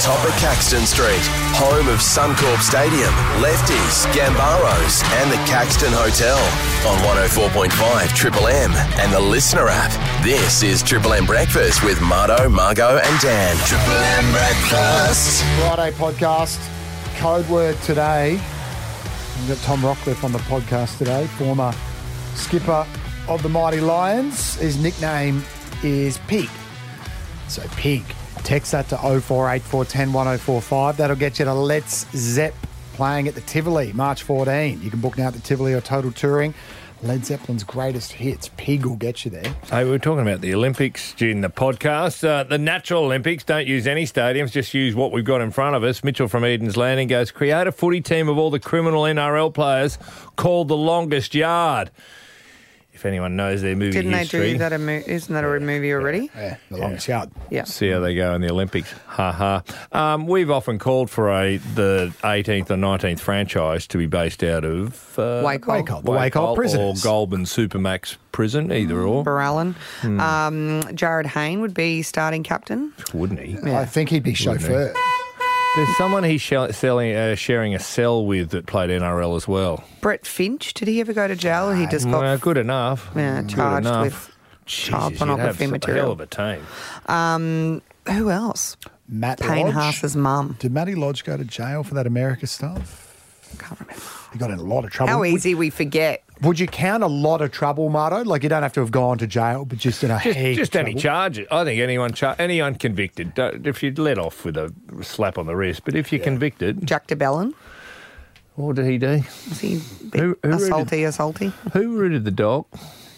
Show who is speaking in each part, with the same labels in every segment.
Speaker 1: top of Caxton Street, home of Suncorp Stadium, Lefties, Gambaros, and the Caxton Hotel. On 104.5 Triple M and the Listener app. This is Triple M Breakfast with Marto, Margot, and Dan. Triple M Breakfast.
Speaker 2: Friday podcast. Code word today. We've got Tom Rockcliffe on the podcast today, former skipper of the Mighty Lions. His nickname is Pig. So Pig. Text that to 048410 1045. That'll get you to Let's Zepp playing at the Tivoli, March 14. You can book now at the Tivoli or Total Touring. Led Zeppelin's greatest hits. Pig will get you there.
Speaker 3: Hey, we were talking about the Olympics during the podcast. Uh, the natural Olympics don't use any stadiums, just use what we've got in front of us. Mitchell from Eden's Landing goes, create a footy team of all the criminal NRL players called the longest yard. If anyone knows their movie
Speaker 4: Didn't they
Speaker 3: history,
Speaker 4: do that? A mo- isn't that a movie already? Yeah.
Speaker 2: Yeah, the longest yard.
Speaker 3: see how they go in the Olympics. Ha ha. Um, we've often called for a the 18th or 19th franchise to be based out of uh,
Speaker 4: Waco.
Speaker 2: Waco. The Waco prisoners.
Speaker 3: or Goulburn Supermax Prison, either or,
Speaker 4: Barallan.
Speaker 3: Hmm.
Speaker 4: Um, Jared Hayne would be starting captain.
Speaker 3: wouldn't he?
Speaker 2: I think he'd be chauffeur.
Speaker 3: There's someone he's shell- selling, uh, sharing a cell with that played NRL as well.
Speaker 4: Brett Finch, did he ever go to jail? He just
Speaker 3: Well,
Speaker 4: got.
Speaker 3: good enough.
Speaker 4: Oh. Yeah,
Speaker 3: Good
Speaker 4: charged
Speaker 3: enough.
Speaker 4: with child
Speaker 3: you'd
Speaker 4: pornography
Speaker 3: have
Speaker 4: material.
Speaker 3: A hell of a team.
Speaker 4: Who else?
Speaker 2: Matt
Speaker 4: Payne
Speaker 2: Lodge.
Speaker 4: Haas's mum.
Speaker 2: Did Matty Lodge go to jail for that America stuff?
Speaker 4: Can't remember.
Speaker 2: He got in a lot of
Speaker 3: Um,
Speaker 2: trouble.
Speaker 4: How
Speaker 2: Would-
Speaker 4: easy we forget.
Speaker 2: Would you count a lot of trouble, Marto? Like you don't have to have gone to jail, but just in a
Speaker 3: Just,
Speaker 2: heap
Speaker 3: just
Speaker 2: of
Speaker 3: any
Speaker 2: trouble.
Speaker 3: charges. I think anyone char- anyone convicted, don't- if you'd let off with a slap on the wrist, but if you're convicted,
Speaker 4: Jack DeBellin.
Speaker 3: what did he do?
Speaker 4: Was he a bit
Speaker 3: Who- who rated-
Speaker 4: assaulty, assaulty?
Speaker 3: Who rooted the dog?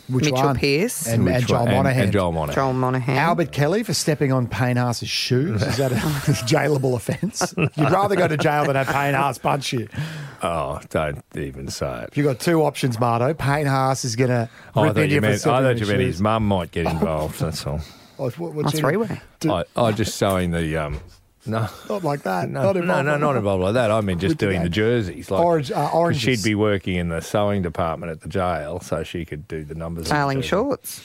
Speaker 2: Which
Speaker 4: Mitchell
Speaker 2: one?
Speaker 4: Pearce.
Speaker 2: and,
Speaker 3: Which
Speaker 2: and Joel
Speaker 3: one? and,
Speaker 2: Monaghan.
Speaker 3: And Joel Monaghan.
Speaker 4: Joel Monaghan.
Speaker 2: Albert Kelly for stepping on Payne Haas's shoes. Is that a jailable offence? You'd rather go to jail than have Payne Haas punch you.
Speaker 3: Oh, don't even say it.
Speaker 2: You've got two options, Marto. Payne Haas is going to
Speaker 3: Oh, I
Speaker 2: rip
Speaker 3: thought
Speaker 2: into
Speaker 3: you
Speaker 2: you for
Speaker 3: meant, I
Speaker 2: stepping on
Speaker 3: thought you
Speaker 2: your
Speaker 3: meant his
Speaker 2: shoes.
Speaker 3: mum might get involved. That's all.
Speaker 2: Oh, what- what's
Speaker 4: That's
Speaker 2: in-
Speaker 4: three-way.
Speaker 2: Do-
Speaker 3: I, I just sewing the um. No,
Speaker 2: Not like that.
Speaker 3: No,
Speaker 2: not
Speaker 3: no,
Speaker 2: involved.
Speaker 3: no, not involved like that. I mean, just
Speaker 2: With the
Speaker 3: doing the
Speaker 2: name.
Speaker 3: jerseys. Like,
Speaker 2: Orange- uh,
Speaker 3: 'cause
Speaker 2: oranges.
Speaker 3: She'd be working in the sewing department at the jail, so she could do the numbers. on the
Speaker 4: Tailing
Speaker 3: jersey.
Speaker 4: shorts.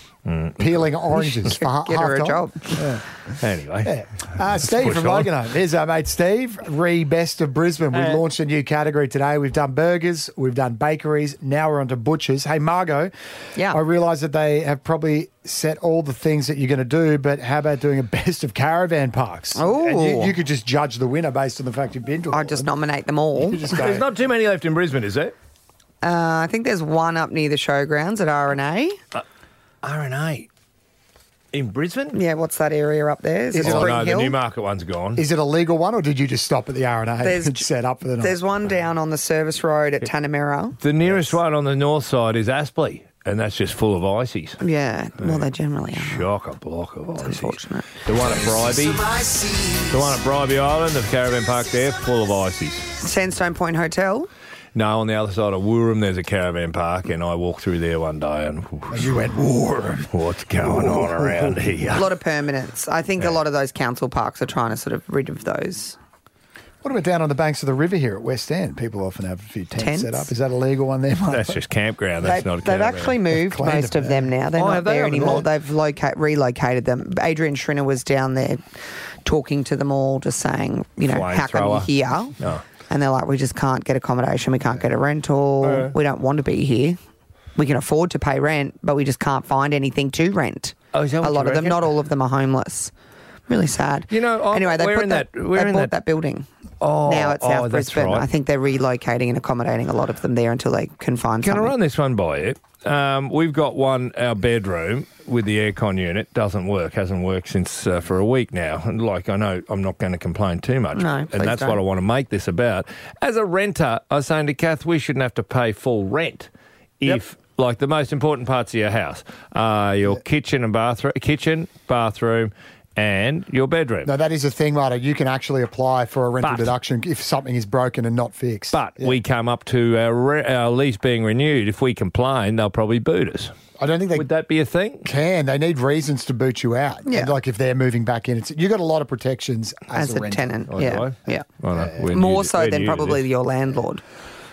Speaker 2: Peeling oranges for ha-
Speaker 4: Get her a
Speaker 2: half-time.
Speaker 4: job.
Speaker 3: Anyway,
Speaker 2: Yeah. Uh, Steve
Speaker 3: push
Speaker 2: from
Speaker 3: on.
Speaker 2: Loganholme. Here's our mate Steve, re best of Brisbane. We've
Speaker 3: Uh,
Speaker 2: launched a new category today. We've done burgers, we've done bakeries, now we're onto butchers. Hey, Margot,
Speaker 4: Yeah.
Speaker 2: I realise that they have probably set all the things that you're going to do, but how about doing a best of caravan parks?
Speaker 4: Ooh.
Speaker 2: And You, you could just judge the winner based on the fact you've been to
Speaker 4: I
Speaker 2: all
Speaker 4: just
Speaker 2: of them.
Speaker 4: nominate them all.
Speaker 2: You just go,
Speaker 3: there's not too many left in Brisbane, is there?
Speaker 4: Uh, I think there's one up near the showgrounds at R and A.
Speaker 3: R and A in Brisbane.
Speaker 4: Yeah, what's that area up there? Is,
Speaker 2: Is
Speaker 4: it
Speaker 2: it-
Speaker 3: Oh
Speaker 4: Spring
Speaker 3: no, the
Speaker 4: Hill?
Speaker 3: Newmarket one's gone.
Speaker 2: is it a legal one or did you just stop at the R&A
Speaker 4: There's-
Speaker 2: and set up for the night?
Speaker 4: There's one down on the service road at Tanamera.
Speaker 3: the nearest one on the north side is Aspley, and that's just full of ices.
Speaker 4: Yeah, well, they generally are.
Speaker 3: Shock a block of ices.
Speaker 4: unfortunate.
Speaker 3: The one at Bribey, the one at Bribey Island, the caravan park there, full of ices.
Speaker 4: Sandstone Point Hotel.
Speaker 3: No, on the other side of Woorong, there's a caravan park, and I walked through there one day, and
Speaker 2: You went, Warren.
Speaker 3: what's going on around
Speaker 4: A
Speaker 3: here?
Speaker 4: lot of permanents. I think a lot of those council parks are trying to sort of rid of those.
Speaker 2: What about down on the banks of the river here at West End? People often have a few tents,
Speaker 4: Tents?
Speaker 2: set up. Is that a legal one there, Mark?
Speaker 3: That's just campground. That's
Speaker 4: They-
Speaker 3: not. A
Speaker 4: they've
Speaker 3: caravan.
Speaker 4: actually moved
Speaker 2: Cleaned
Speaker 4: most
Speaker 2: them
Speaker 4: of them now. They're
Speaker 3: Oh,
Speaker 4: not
Speaker 3: have they?
Speaker 4: there
Speaker 3: Over
Speaker 4: anymore.
Speaker 3: there?
Speaker 4: They've locate, relocated them. Adrian Schrinner was down there talking to them all, just saying, you know,
Speaker 3: Flying
Speaker 4: how come you're
Speaker 3: thrower.
Speaker 4: here?
Speaker 3: Oh.
Speaker 4: And they're like, we just can't get accommodation. We can't get a rental. We don't want to be here. We can afford to pay rent, but we just can't find anything to rent.
Speaker 3: Oh, is that
Speaker 4: a
Speaker 3: what
Speaker 4: lot
Speaker 3: you
Speaker 4: of them,
Speaker 3: reckon?
Speaker 4: not all of them, are homeless. Really sad.
Speaker 3: You know, I'm-
Speaker 4: anyway, they
Speaker 3: we're
Speaker 4: put
Speaker 3: in
Speaker 4: that,
Speaker 3: that- we're
Speaker 4: they
Speaker 3: in
Speaker 4: bought
Speaker 3: that-
Speaker 4: that building.
Speaker 3: Oh,
Speaker 4: now it's
Speaker 3: oh,
Speaker 4: South
Speaker 3: that's
Speaker 4: Brisbane.
Speaker 3: right.
Speaker 4: I think they're relocating and accommodating a lot of them there until they can find
Speaker 3: Can I
Speaker 4: something.
Speaker 3: run this one by you? Um, we've got one, our bedroom with the aircon unit doesn't work. Hasn't worked since uh, for a week now. And like I know, I'm not going to complain too much.
Speaker 4: No,
Speaker 3: and
Speaker 4: please
Speaker 3: that's
Speaker 4: don't.
Speaker 3: what I want to make this about. As a renter, I was saying to Kath, we shouldn't have to pay full rent if. Like the most important parts of your house are your kitchen and bathroom, kitchen, bathroom, and your bedroom.
Speaker 2: No, that is a thing, Marta. You can actually apply for a rental
Speaker 3: But-
Speaker 2: deduction if something is broken and not fixed.
Speaker 3: But
Speaker 2: Yeah.
Speaker 3: we come up to our, re- our lease being renewed. If we complain, they'll probably boot us.
Speaker 2: I don't think they
Speaker 3: Would that be a thing?
Speaker 2: can. They need reasons to boot you out.
Speaker 4: Yeah.
Speaker 2: And, like if they're moving back in, it's, you got a lot of protections as,
Speaker 4: as a
Speaker 2: renter.
Speaker 4: tenant.
Speaker 3: Oh, do
Speaker 4: yeah,
Speaker 3: I?
Speaker 4: yeah.
Speaker 3: Oh, no, we're new
Speaker 4: More
Speaker 3: to-
Speaker 4: so
Speaker 3: we're
Speaker 4: than
Speaker 3: new to
Speaker 4: probably
Speaker 3: this.
Speaker 4: your landlord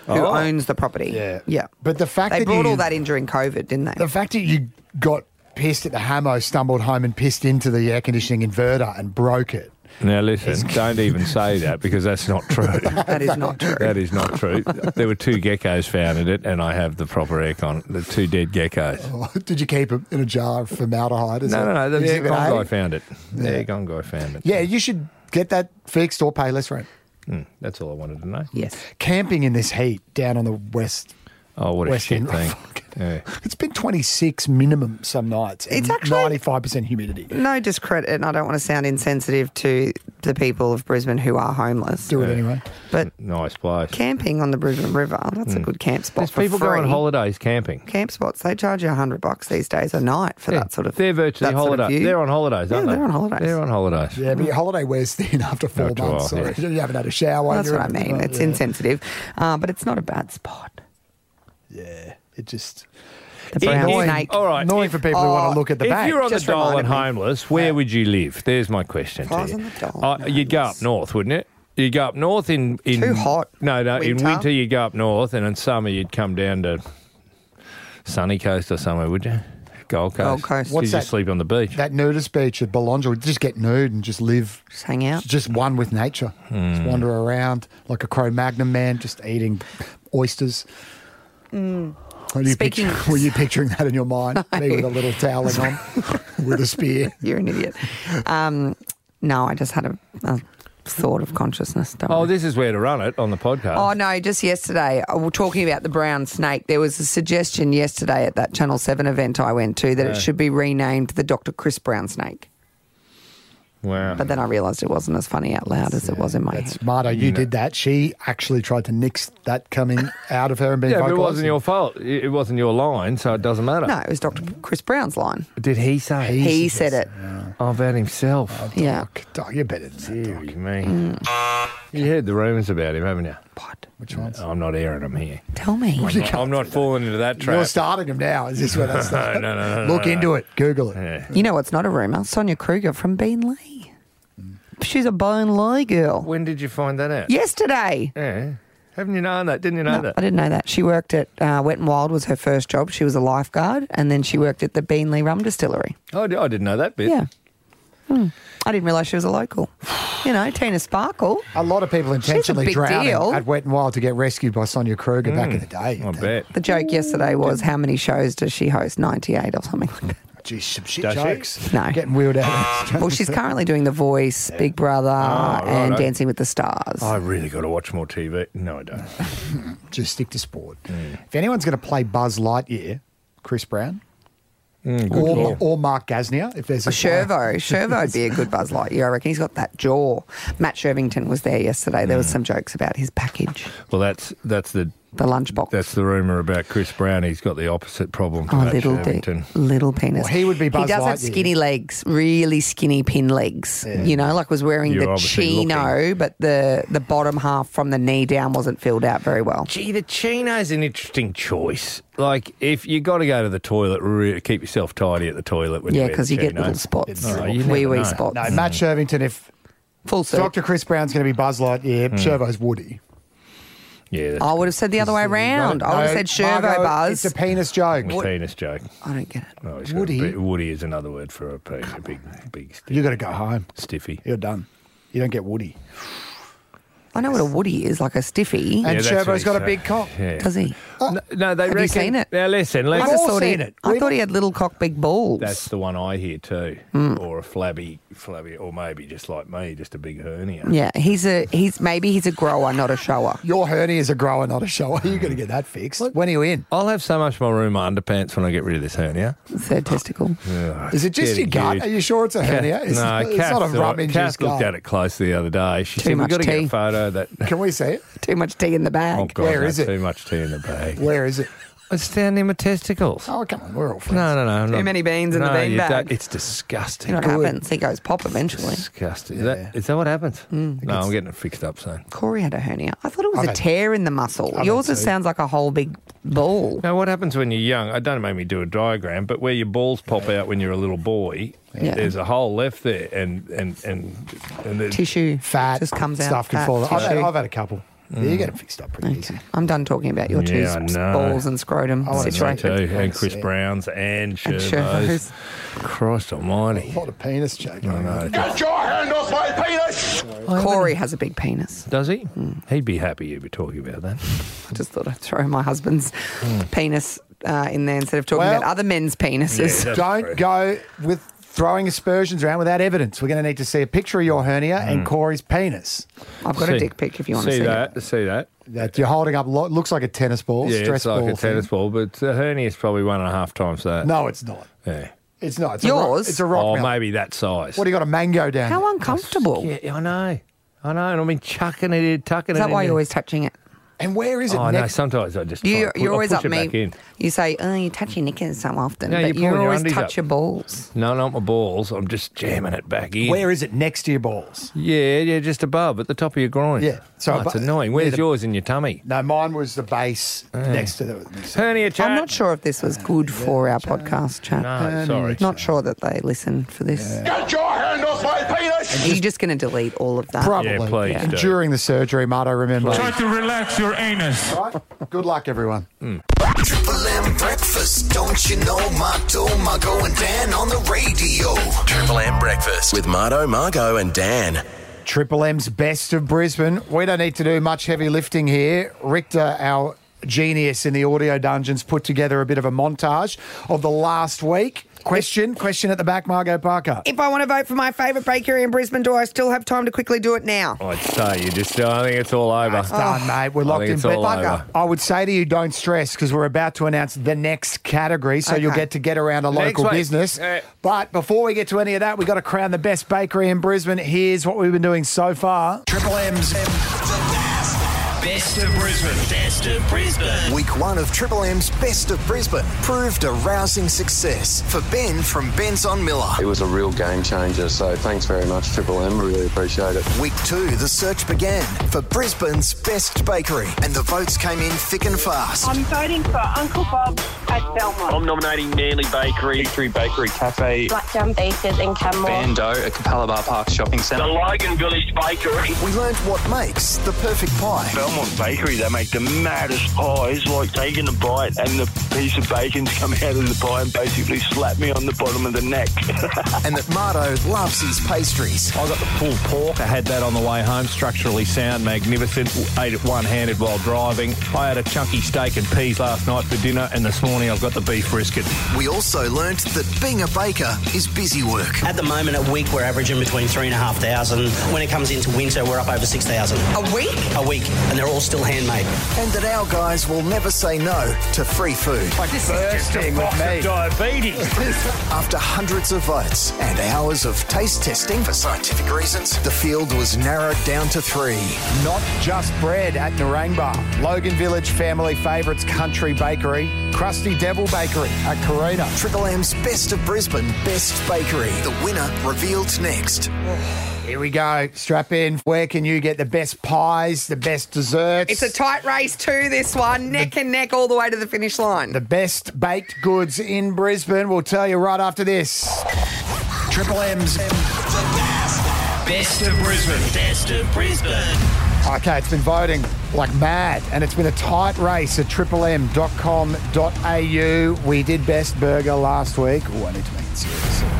Speaker 4: who
Speaker 3: Oh.
Speaker 4: owns the property.
Speaker 2: Yeah.
Speaker 4: yeah.
Speaker 2: But the fact
Speaker 4: they
Speaker 2: that
Speaker 4: brought
Speaker 2: you-
Speaker 4: all that in during COVID, didn't they?
Speaker 2: The fact that you got pissed at the hammer, stumbled home and pissed into the air conditioning inverter and broke it.
Speaker 3: Now listen, don't even say that because that's not true.
Speaker 4: That is not true.
Speaker 3: That is not true. There were two geckos found in it, and I have the proper aircon. The two dead geckos.
Speaker 2: Did you keep them in a jar of formaldehyde? Is
Speaker 3: No, no,
Speaker 2: that-
Speaker 3: no. The
Speaker 2: Exhibit
Speaker 3: aircon
Speaker 2: A?
Speaker 3: guy found it. The aircon guy found it.
Speaker 2: Yeah, you should get that fixed or pay less rent.
Speaker 3: Mm, that's all I wanted to know.
Speaker 4: Yes.
Speaker 2: Camping in this heat down on the west.
Speaker 3: Oh, what a
Speaker 2: Western
Speaker 3: shit thing.
Speaker 2: Rock.
Speaker 3: Yeah.
Speaker 2: It's been 26 minimum some nights.
Speaker 4: It's actually-
Speaker 2: 95% humidity.
Speaker 4: No discredit, and I don't want to sound insensitive to the people of Brisbane who are homeless.
Speaker 2: Do it anyway.
Speaker 4: But
Speaker 3: Nice place.
Speaker 4: camping on the Brisbane River, that's a good camp spot
Speaker 3: Hmm. There's
Speaker 4: for
Speaker 3: people
Speaker 4: free.
Speaker 3: go on holidays camping.
Speaker 4: Camp spots, they charge you 100 bucks these days a night for that sort of
Speaker 3: They're virtually
Speaker 4: that sort of
Speaker 3: holiday.
Speaker 4: view.
Speaker 3: they're on holidays, aren't
Speaker 4: Yeah,
Speaker 3: they?
Speaker 4: they're on holidays.
Speaker 3: They're on holidays.
Speaker 2: Yeah, but your holiday wears thin after four
Speaker 3: After a
Speaker 2: months.
Speaker 3: while,
Speaker 2: so
Speaker 3: yeah.
Speaker 2: You haven't had a shower.
Speaker 4: That's
Speaker 2: you're
Speaker 4: what I
Speaker 2: in-
Speaker 4: mean. It's
Speaker 2: yeah.
Speaker 4: insensitive, uh, but it's not a bad spot.
Speaker 2: Yeah, it just
Speaker 4: The brown
Speaker 3: Annoying.
Speaker 4: snake.
Speaker 3: All right.
Speaker 2: annoying
Speaker 3: if-
Speaker 2: for people who want
Speaker 4: oh,
Speaker 2: to look at the
Speaker 3: if
Speaker 2: back.
Speaker 3: you're on
Speaker 4: Just
Speaker 3: the dole
Speaker 4: reminded
Speaker 3: and
Speaker 4: me.
Speaker 3: homeless, where would you live? There's my question
Speaker 4: If I
Speaker 3: to
Speaker 4: was
Speaker 3: you.
Speaker 4: on the dole
Speaker 3: Uh,
Speaker 4: and
Speaker 3: you'd go up
Speaker 4: homeless.
Speaker 3: north, wouldn't it? You'd go up north in, in
Speaker 4: Too hot.
Speaker 3: No, no. In
Speaker 4: Winter.
Speaker 3: winter, you'd go up north, and in summer, you'd come down to sunny coast or somewhere, would you? Gold Coast.
Speaker 4: Gold Coast.
Speaker 2: What's
Speaker 3: you just
Speaker 2: that?
Speaker 3: sleep on the beach.
Speaker 2: that nudist beach at Belonja, just get nude and just live,
Speaker 4: Just hang out.
Speaker 2: just one with nature. Just wander around like a Cro Magnum man, just eating oysters. Were you,
Speaker 4: Hmm. Speaking-
Speaker 2: picturing, were you picturing that in your mind? Me with a little toweling on, with a spear.
Speaker 4: You're an idiot. Um, no, I just had a, a thought of consciousness. Don't
Speaker 3: oh,
Speaker 4: worry.
Speaker 3: this is where to run it on the podcast.
Speaker 4: Oh no! Just yesterday, uh, we're talking about the brown snake. There was a suggestion yesterday at that Channel Seven event I went to that it should be renamed the Dr. Chris Brown Snake.
Speaker 3: Wow.
Speaker 4: But then I realised it wasn't as funny out loud as it was in my
Speaker 2: That's
Speaker 4: head.
Speaker 2: Marta, you did that. She actually tried to nix that coming out of her and being
Speaker 3: yeah, but it
Speaker 2: vocalised.
Speaker 3: wasn't your fault. It it wasn't your line, so it doesn't matter.
Speaker 4: No, it was Dr. Chris Brown's line.
Speaker 3: Did he say?
Speaker 4: He said it.
Speaker 3: Oh, about himself.
Speaker 4: Yeah.
Speaker 2: Dog, you're better than that.
Speaker 3: Dear me. You heard the rumours about him, haven't you?
Speaker 4: Pod.
Speaker 2: Which ones?
Speaker 3: I'm not airing them here.
Speaker 4: Tell me.
Speaker 3: I'm not falling into that
Speaker 2: You're
Speaker 3: trap.
Speaker 2: starting them now. Is this where that's
Speaker 3: No, no, no, no,
Speaker 2: Look
Speaker 3: no,
Speaker 2: into it. Google it.
Speaker 4: You know what's not a rumour? Sonia Kruger from Bean Lee. She's a bone lie girl.
Speaker 3: When did you find that out?
Speaker 4: Yesterday.
Speaker 3: Yeah. Haven't you known that? Didn't you know
Speaker 4: No,
Speaker 3: that?
Speaker 4: I didn't know that. She worked at uh, Wet and Wild was her first job. She was a lifeguard, and then she worked at the Beanley Rum Distillery.
Speaker 3: Oh, I, di- I didn't know that bit.
Speaker 4: Yeah, Hmm. I didn't realise she was a local. You know, Tina Sparkle.
Speaker 2: A lot of people intentionally
Speaker 4: big
Speaker 2: drowning
Speaker 4: deal.
Speaker 2: at Wet and Wild to get rescued by Sonia Kruger back in the day.
Speaker 3: Hmm, I bet.
Speaker 4: The joke yesterday was how many shows does she host? Ninety eight or something like that.
Speaker 2: Geez, some shit
Speaker 3: Does she?
Speaker 2: jokes.
Speaker 4: No.
Speaker 2: Getting wheeled out.
Speaker 4: Well, she's currently doing The Voice, Big Brother,
Speaker 3: Ah, Oh,
Speaker 4: and
Speaker 3: righto.
Speaker 4: Dancing with the Stars.
Speaker 3: I really got to watch more TV. No, I don't.
Speaker 2: Just stick to sport.
Speaker 3: Hmm.
Speaker 2: If anyone's going to play Buzz Lightyear, Chris Brown.
Speaker 3: Hmm,
Speaker 2: or, or Mark Gasnier, if there's a player.
Speaker 4: Shervo. Shervo would be a good Buzz Lightyear. I reckon he's got that jaw. Matt Shervington was there yesterday. There was
Speaker 3: Mm.
Speaker 4: some jokes about his package,
Speaker 3: Well, that's that's the
Speaker 4: the lunchbox.
Speaker 3: that's the rumor about Chris Brown. He's got the opposite problem. To
Speaker 4: Oh,
Speaker 3: Matt
Speaker 4: little bit,
Speaker 3: Shervington.
Speaker 4: little penis.
Speaker 2: Well, he would be Buzz
Speaker 4: He does have
Speaker 2: Lightyear.
Speaker 4: skinny legs, really skinny pin legs. You know, like was wearing
Speaker 3: You're
Speaker 4: the
Speaker 3: obviously
Speaker 4: chino, but the the bottom half from the knee down wasn't filled out very well.
Speaker 3: Gee, the chino's an interesting choice. Like, if you got to go to the toilet, re- keep yourself tidy at the toilet. When
Speaker 4: Yeah,
Speaker 3: wear the
Speaker 4: because you get
Speaker 3: chino.
Speaker 4: little spots,
Speaker 3: Oh, you never
Speaker 4: wee
Speaker 3: know.
Speaker 4: wee spots.
Speaker 2: No, Matt Shervington, if
Speaker 4: Full circle.
Speaker 2: Dr. Chris Brown's going to be Buzz Lightyear,
Speaker 3: Hmm.
Speaker 2: Shervo's Woody.
Speaker 3: Yeah, that's
Speaker 4: I would have said the other way around. I would
Speaker 2: No,
Speaker 4: have said Shervo
Speaker 2: Margot, It's
Speaker 4: Buzz.
Speaker 2: a penis joke.
Speaker 3: a penis joke.
Speaker 4: I don't get it.
Speaker 3: Oh, he's
Speaker 2: Woody?
Speaker 3: got a big- Woody is another word for a, pe- a big, big stiff,
Speaker 2: you got to go home.
Speaker 3: stiffy.
Speaker 2: You're done. You don't get Woody.
Speaker 4: I know what a woody is, like a stiffy.
Speaker 2: And
Speaker 3: that's
Speaker 2: Shervo's
Speaker 3: what he
Speaker 2: got a
Speaker 3: said.
Speaker 2: big cock.
Speaker 3: Yeah.
Speaker 4: Does he?
Speaker 3: No, no, they
Speaker 4: Have you
Speaker 3: reckon.
Speaker 4: seen it?
Speaker 3: Now listen,
Speaker 4: I
Speaker 3: let's,
Speaker 4: just
Speaker 2: all
Speaker 4: thought
Speaker 2: seen
Speaker 4: he,
Speaker 2: it.
Speaker 4: I
Speaker 2: We've-
Speaker 4: thought he had little cock, big balls.
Speaker 3: that's the one I hear too,
Speaker 4: Hmm.
Speaker 3: or a flabby, flabby, or maybe just like me, just a big hernia.
Speaker 4: yeah, he's a he's maybe he's a grower, not a shower.
Speaker 2: Your hernia is a grower, not a shower. You're going to get that fixed. When are you in?
Speaker 3: I'll have so much more room my underpants when I get rid of this hernia.
Speaker 4: Third testicle.
Speaker 2: Is it just your
Speaker 3: Getting
Speaker 2: gut?
Speaker 3: huge.
Speaker 2: Are you sure it's a hernia?
Speaker 3: Kath-
Speaker 2: It's,
Speaker 3: no,
Speaker 2: it's
Speaker 3: Kath
Speaker 2: not a
Speaker 3: saw
Speaker 2: rub
Speaker 3: it.
Speaker 2: in your
Speaker 3: Kath
Speaker 2: skull.
Speaker 3: looked at it close the other day. She
Speaker 4: Too
Speaker 3: said, "We've
Speaker 4: much
Speaker 3: got to get
Speaker 4: tea.
Speaker 3: a photo of that."
Speaker 2: Can we see it?
Speaker 4: Too much tea in the bag.
Speaker 3: Oh God,
Speaker 2: Where
Speaker 3: no,
Speaker 2: is it?
Speaker 3: Too much tea in the bag.
Speaker 2: Where is it?
Speaker 3: It's down near my testicles.
Speaker 2: Oh, come on. We're all friends.
Speaker 3: No, no, no. I'm
Speaker 4: Too
Speaker 3: not-
Speaker 4: many beans in the
Speaker 3: No,
Speaker 4: bean
Speaker 3: you
Speaker 4: bag.
Speaker 3: don't. It's disgusting.
Speaker 4: You know what happens? He goes pop eventually.
Speaker 3: Disgusting. Is, that, is that what happens?
Speaker 2: Hmm.
Speaker 3: No, I'm getting it fixed up soon.
Speaker 4: Corey had a hernia. I thought it was
Speaker 2: I've
Speaker 4: a
Speaker 2: had-
Speaker 4: tear in the muscle.
Speaker 2: I've
Speaker 4: Yours
Speaker 2: had
Speaker 4: just
Speaker 2: two.
Speaker 4: sounds like a whole big ball.
Speaker 3: Now, what happens when you're young? I don't make me do a diagram, but where your balls pop out when you're a little boy,
Speaker 4: Yeah.
Speaker 3: there's a hole left there, and and and and there's,
Speaker 4: Tissue
Speaker 2: Fat
Speaker 4: just comes out.
Speaker 2: stuff can
Speaker 4: fat
Speaker 2: fall. I've had,
Speaker 4: tissue.
Speaker 2: I've had a couple. You get them fixed up pretty easy.
Speaker 4: I'm done talking about your two
Speaker 3: Yeah, I
Speaker 4: s-
Speaker 3: know.
Speaker 4: balls and scrotum
Speaker 2: I
Speaker 3: Me
Speaker 2: Right.
Speaker 3: too.
Speaker 4: situation.
Speaker 3: And Chris Brown's and
Speaker 4: And
Speaker 3: Sherbo's.
Speaker 4: Sherbo's.
Speaker 3: Christ
Speaker 2: A
Speaker 3: almighty.
Speaker 2: lot of penis joking.
Speaker 3: I know.
Speaker 1: Get your hand off my penis!
Speaker 4: Corey has a big penis.
Speaker 3: Does he?
Speaker 4: Hmm.
Speaker 3: He'd be happy you'd be talking about that.
Speaker 4: I just thought I'd throw my husband's penis uh, in there instead of talking
Speaker 2: Hmm. Well-
Speaker 4: about other men's penises.
Speaker 3: Yeah,
Speaker 2: Don't
Speaker 3: true.
Speaker 2: go with throwing aspersions around without evidence. We're going to need to see a picture of your hernia
Speaker 3: Mm.
Speaker 2: and Corey's penis.
Speaker 4: I've got a dick pic if you want to see, it.
Speaker 3: that. See that?
Speaker 2: That you're holding up lo- looks like a tennis ball,
Speaker 3: Yeah,
Speaker 2: stress
Speaker 3: it's like
Speaker 2: ball.
Speaker 3: a tennis
Speaker 2: thing.
Speaker 3: ball, but the hernia is probably one and a half times that.
Speaker 2: No, it's not.
Speaker 3: Yeah.
Speaker 2: It's not. It's A rock,
Speaker 4: Yours?
Speaker 2: it's a rock.
Speaker 3: or
Speaker 2: mount.
Speaker 3: maybe that size.
Speaker 2: What do you got? A mango down? there?
Speaker 4: How uncomfortable.
Speaker 3: Yeah, I know. I know. And I've been chucking it in, tucking it
Speaker 4: Is that
Speaker 3: in.
Speaker 4: why
Speaker 3: there.
Speaker 4: you're always touching it?
Speaker 2: And where is it?
Speaker 3: Oh, no,
Speaker 2: next?
Speaker 3: sometimes I just. try
Speaker 4: You,
Speaker 3: and put-
Speaker 4: you're
Speaker 3: I
Speaker 4: always
Speaker 3: push
Speaker 4: up
Speaker 3: it back
Speaker 4: me.
Speaker 3: in.
Speaker 4: You say, oh, you touch your knickers so often,
Speaker 3: No, you're
Speaker 4: but you
Speaker 3: pulling your
Speaker 4: always
Speaker 3: undies
Speaker 4: touch
Speaker 3: up.
Speaker 4: your balls.
Speaker 3: No, not my balls. I'm just jamming it back in.
Speaker 2: Where is it next to your balls?
Speaker 3: Yeah, yeah, just above, at the top of your groin.
Speaker 2: Yeah, so
Speaker 3: So it's
Speaker 2: abo-
Speaker 3: annoying.
Speaker 2: yeah,
Speaker 3: Where's
Speaker 2: the-
Speaker 3: yours in your tummy?
Speaker 2: No, mine was the base next to the.
Speaker 3: Hernia chat.
Speaker 4: I'm not sure if this was good for our podcast chat.
Speaker 3: No, sorry.
Speaker 4: Not sure that they listen for this.
Speaker 1: Get your hand off my penis!
Speaker 4: Are you just going to delete all of that?
Speaker 2: Probably.
Speaker 3: Yeah, please
Speaker 2: And
Speaker 3: do.
Speaker 2: during the surgery, Marto, remember.
Speaker 5: Try to relax your anus.
Speaker 2: Right? Good luck, everyone.
Speaker 6: Triple M breakfast, don't you know? Marto, Margo, and Dan on the radio.
Speaker 1: Triple M breakfast with Marto, Margo, and Dan.
Speaker 2: Triple M's best of Brisbane. We don't need to do much heavy lifting here. Richter, our genius in the audio dungeons, put together a bit of a montage of the last week. Question, question at the back, Margot Parker.
Speaker 4: If I want to vote for my favourite bakery in Brisbane, do I still have time to quickly do it now?
Speaker 3: I'd say you just. I think it's all over.
Speaker 2: It's done, mate. We're locked
Speaker 3: think
Speaker 2: in.
Speaker 3: it's
Speaker 2: But
Speaker 3: all over.
Speaker 2: I would say to you, don't stress because we're about to announce the next category, so you'll
Speaker 4: Okay.
Speaker 2: get to get around a
Speaker 3: Next
Speaker 2: local
Speaker 3: week.
Speaker 2: business.
Speaker 3: Yeah.
Speaker 2: But before we get to any of that, we've got to crown the best bakery in Brisbane. Here's what we've been doing so far.
Speaker 6: Triple M's
Speaker 7: Best of Brisbane. Best of Brisbane.
Speaker 6: Week one of Triple M's Best of Brisbane proved a rousing success for Ben from Ben's on Miller.
Speaker 8: It was a real game changer. So thanks very much, Triple M. Really appreciate it.
Speaker 6: Week two, the search began for Brisbane's best bakery, and the votes came in thick and fast.
Speaker 9: I'm voting for Uncle Bob at Belmont.
Speaker 7: I'm nominating Manly Bakery, Victory Bakery Cafe,
Speaker 9: Blackdown Bakers in Canmore.
Speaker 10: Bando at Capalaba Park Shopping
Speaker 7: the
Speaker 10: Centre.
Speaker 7: Logan Village Bakery,
Speaker 6: We learned what makes the perfect pie.
Speaker 7: Belmont Bakery. They make the maddest pies, like taking a bite and the piece of bacon's come out of the pie and basically slap me on the bottom of the neck.
Speaker 6: and that Marto loves his pastries.
Speaker 3: I got the pulled pork. I had that on the way home. Structurally sound, magnificent. Ate it one-handed while driving. I had a chunky steak and peas last night for dinner, and this morning I've got the beef brisket.
Speaker 6: We also learnt that being a baker is busy work.
Speaker 11: At the moment, a week we're averaging between three and a half thousand. When it comes into winter, we're up over six thousand
Speaker 4: A week?
Speaker 11: a week, and they're all still handmade.
Speaker 6: and that our guys will never say no to free food.
Speaker 2: Bursting with me.
Speaker 3: Diabetes.
Speaker 6: After hundreds of votes and hours of taste testing for scientific reasons, the field was narrowed down to three.
Speaker 2: Not just bread at Narangba. Logan Village Family Favourites Country Bakery. Krusty Devil Bakery at Karina.
Speaker 6: Triple M's Best of Brisbane Best Bakery. The winner revealed next.
Speaker 2: Here we go. Strap in. Where can you get the best pies, the best desserts?
Speaker 4: It's a tight race too, this one. Neck and neck all the way to the finish line.
Speaker 2: the best baked goods in Brisbane. We'll tell you right after this.
Speaker 6: Triple M's
Speaker 7: Best of Brisbane. Best of Brisbane.
Speaker 2: Okay, it's been voting like mad, and it's been a tight race at triple m.com.au. We did best burger last week. Oh, I need to make it serious. Here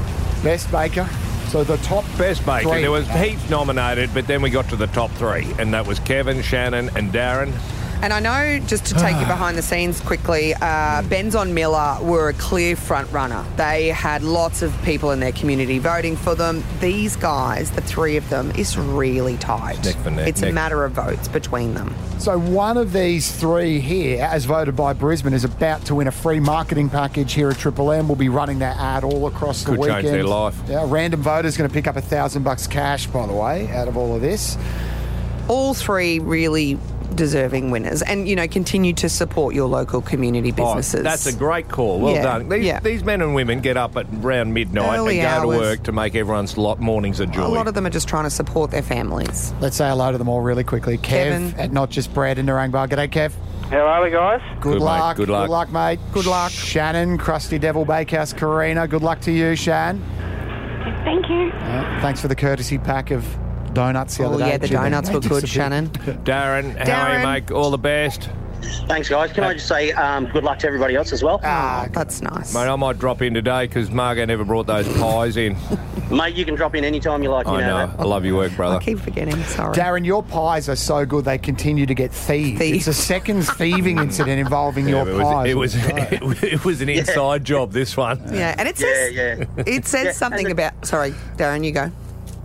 Speaker 2: we go. Best baker. So the top
Speaker 3: Best baker.
Speaker 2: Three.
Speaker 3: There was heaps nominated, but then we got to the top three, and that was Kevin, Shannon, and Darren.
Speaker 4: And I know, just to
Speaker 3: Ah.
Speaker 4: take you behind the scenes quickly, uh, Benz on Miller were a clear front runner. They had lots of people in their community voting for them. These guys, the three of them, is really tight.
Speaker 3: Neck for neck,
Speaker 4: it's a
Speaker 3: neck.
Speaker 4: matter of votes between them.
Speaker 2: So one of these three here, as voted by Brisbane, is about to win a free marketing package here at Triple M. We'll be running that ad all across the
Speaker 3: Could
Speaker 2: weekend.
Speaker 3: change their life.
Speaker 2: Yeah, random voter's going to pick up a thousand bucks cash, by the way, out of all of this.
Speaker 4: All three really deserving winners. And, you know, continue to support your local community
Speaker 3: Oh,
Speaker 4: businesses.
Speaker 3: that's a great call. Well
Speaker 4: Yeah,
Speaker 3: done. These,
Speaker 4: yeah.
Speaker 3: these men and women get up at around midnight
Speaker 4: Early
Speaker 3: and go
Speaker 4: hours.
Speaker 3: to work to make everyone's lot mornings a joy.
Speaker 4: A lot of them are just trying to support their families.
Speaker 2: Let's say hello to them all really quickly. Kev
Speaker 4: Kevin.
Speaker 2: at Not Just Bread in Narangba. G'day, Kev.
Speaker 7: How are we, guys?
Speaker 2: Good,
Speaker 3: Good, mate.
Speaker 2: luck.
Speaker 3: Good luck.
Speaker 2: Good luck, mate. Good luck. Shannon, Krusty Devil Bakehouse, Karina. Good luck to you, Shan.
Speaker 9: Thank you.
Speaker 2: Thanks for the courtesy pack of donuts the
Speaker 4: Oh,
Speaker 2: other day.
Speaker 4: yeah, the
Speaker 2: Gee, they-
Speaker 4: donuts
Speaker 2: they
Speaker 4: were good,
Speaker 2: disappeared.
Speaker 4: Shannon.
Speaker 3: Darren, how are you,
Speaker 4: Darren.
Speaker 3: mate? All the best.
Speaker 12: Thanks, guys. Can I just say um, good luck to everybody else as well?
Speaker 4: Ah, that's nice.
Speaker 3: Mate, I might drop in today because Margot never brought those pies in.
Speaker 12: Mate, you can drop in anytime you like. You
Speaker 3: I
Speaker 12: know,
Speaker 3: know.
Speaker 12: that.
Speaker 3: I love your work, brother.
Speaker 4: Keep forgetting. Sorry.
Speaker 2: Darren, your pies are so good they continue to get thieved. It's a second thieving incident involving
Speaker 3: Yeah,
Speaker 2: your
Speaker 3: but
Speaker 2: pies.
Speaker 3: it was it was, it was an inside job. This one.
Speaker 4: Yeah, and it says it says
Speaker 12: Yeah, and
Speaker 4: something
Speaker 12: the-
Speaker 4: about. Sorry, Darren, you go.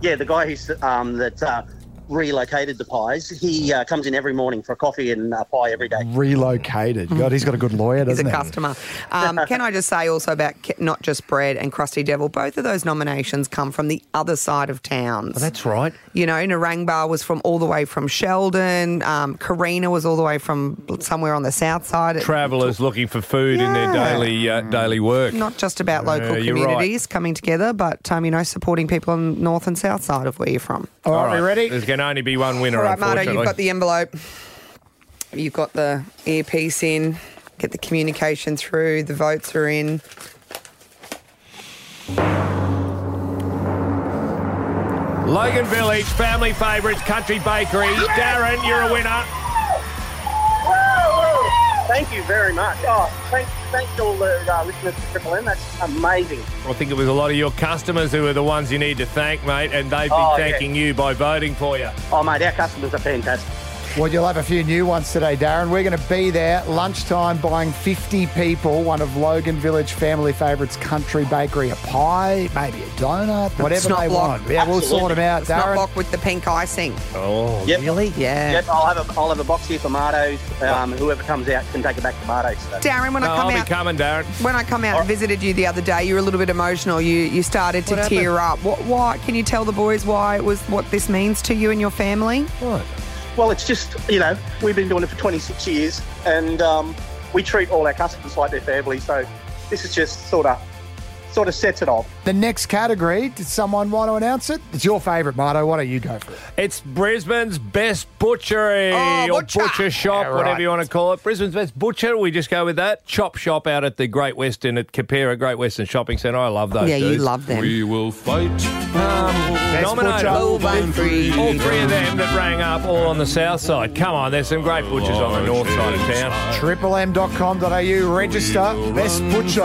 Speaker 12: Yeah, the guy who's um, that uh, relocated the pies, he uh, comes in every morning for a coffee and a pie every day.
Speaker 2: relocated. God, he's got a good lawyer,
Speaker 4: He's
Speaker 2: doesn't
Speaker 4: a
Speaker 2: he?
Speaker 4: customer. Um, can I just say also about K- not just bread and Krusty Devil? Both of those nominations come from the other side of towns.
Speaker 3: Oh, that's right.
Speaker 4: You know, Narangba was from all the way from Sheldon. Um, Karina was all the way from somewhere on the south side.
Speaker 3: Travellers looking for food in their
Speaker 4: Yeah.
Speaker 3: daily uh, daily work.
Speaker 4: Not just about local
Speaker 3: Yeah, you're right.
Speaker 4: communities coming together, but um, you know, supporting people on north and south side of where you're from.
Speaker 3: All right, ready? There's going to only be one winner,
Speaker 4: All right, Marto,
Speaker 3: unfortunately.
Speaker 4: you've got the envelope. You've got the earpiece in. Get the communication through. The votes are in.
Speaker 3: Logan Village, family favourites, country bakery. Darren, you're a winner.
Speaker 12: Thank you very much. Oh, thanks, thanks to all the uh, listeners to Triple M. That's amazing.
Speaker 3: I think it was a lot of your customers who are the ones you need to thank, mate, and they've been
Speaker 12: Oh, yeah.
Speaker 3: thanking you by voting for you.
Speaker 12: Oh, mate, our customers are fantastic.
Speaker 2: Well, you'll have a few new ones today, Darren. We're going to be there lunchtime buying 50 people one of Logan Village family favourites country bakery, a pie, maybe a donut, whatever
Speaker 4: not
Speaker 2: they
Speaker 4: blocked.
Speaker 2: want. Yeah, we'll sort them out,
Speaker 4: It's not
Speaker 2: Darren.
Speaker 4: blocked with the pink icing.
Speaker 3: Oh,
Speaker 12: Yep.
Speaker 4: Uh, really? Yeah.
Speaker 12: Yep, I'll have a, I'll have a box here for Martos. Um, whoever comes out can take it back to Martos. So.
Speaker 4: Darren, when I
Speaker 3: No,
Speaker 4: come
Speaker 3: I'll
Speaker 4: out-
Speaker 3: be coming, Darren.
Speaker 4: When I come out and visited you the other day, you were a little bit emotional. You you started to
Speaker 3: What happened?
Speaker 4: tear up. What? Why? Can you tell the boys why it was what this means to you and your family?
Speaker 3: What?
Speaker 12: Well, it's just, you know, we've been doing it for 26 years and um, we treat all our customers like their family. So this is just sort of sort of sets it off.
Speaker 2: The next category, did someone want to announce it? It's your favourite, Marto. Why don't you go for it?
Speaker 3: It's Brisbane's best butchery
Speaker 2: Oh,
Speaker 3: or
Speaker 2: butcher.
Speaker 3: butcher, shop,
Speaker 2: Yeah, right.
Speaker 3: whatever you want to call it. Brisbane's best butcher. We just go with that chop shop out at the Great Western at Capera Great Western Shopping Centre. I love those.
Speaker 4: Yeah, you
Speaker 3: dudes.
Speaker 4: love them. We
Speaker 3: will fight. Um, nominated.
Speaker 4: butcher.
Speaker 3: All
Speaker 4: Move on free.
Speaker 3: three of them that rang up, all on the south side. Come on, there's some great butchers on the north side of town.
Speaker 2: Triple M.com.au, register, best butcher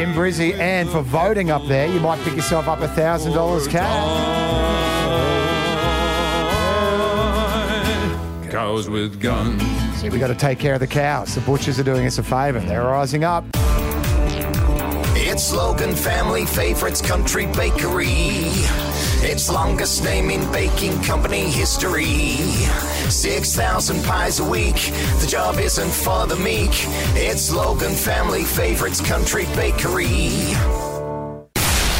Speaker 2: in Brizzy. And for voting up there, you might pick yourself up $1,000 cash.
Speaker 13: Cows with guns.
Speaker 2: See, we got to take care of the cows. The butchers are doing us a favour. They're rising up.
Speaker 6: It's Logan Family Favorites Country Bakery. It's longest name in baking company history. 6,000 pies a week. The job isn't for the meek. It's Logan Family Favorites Country Bakery.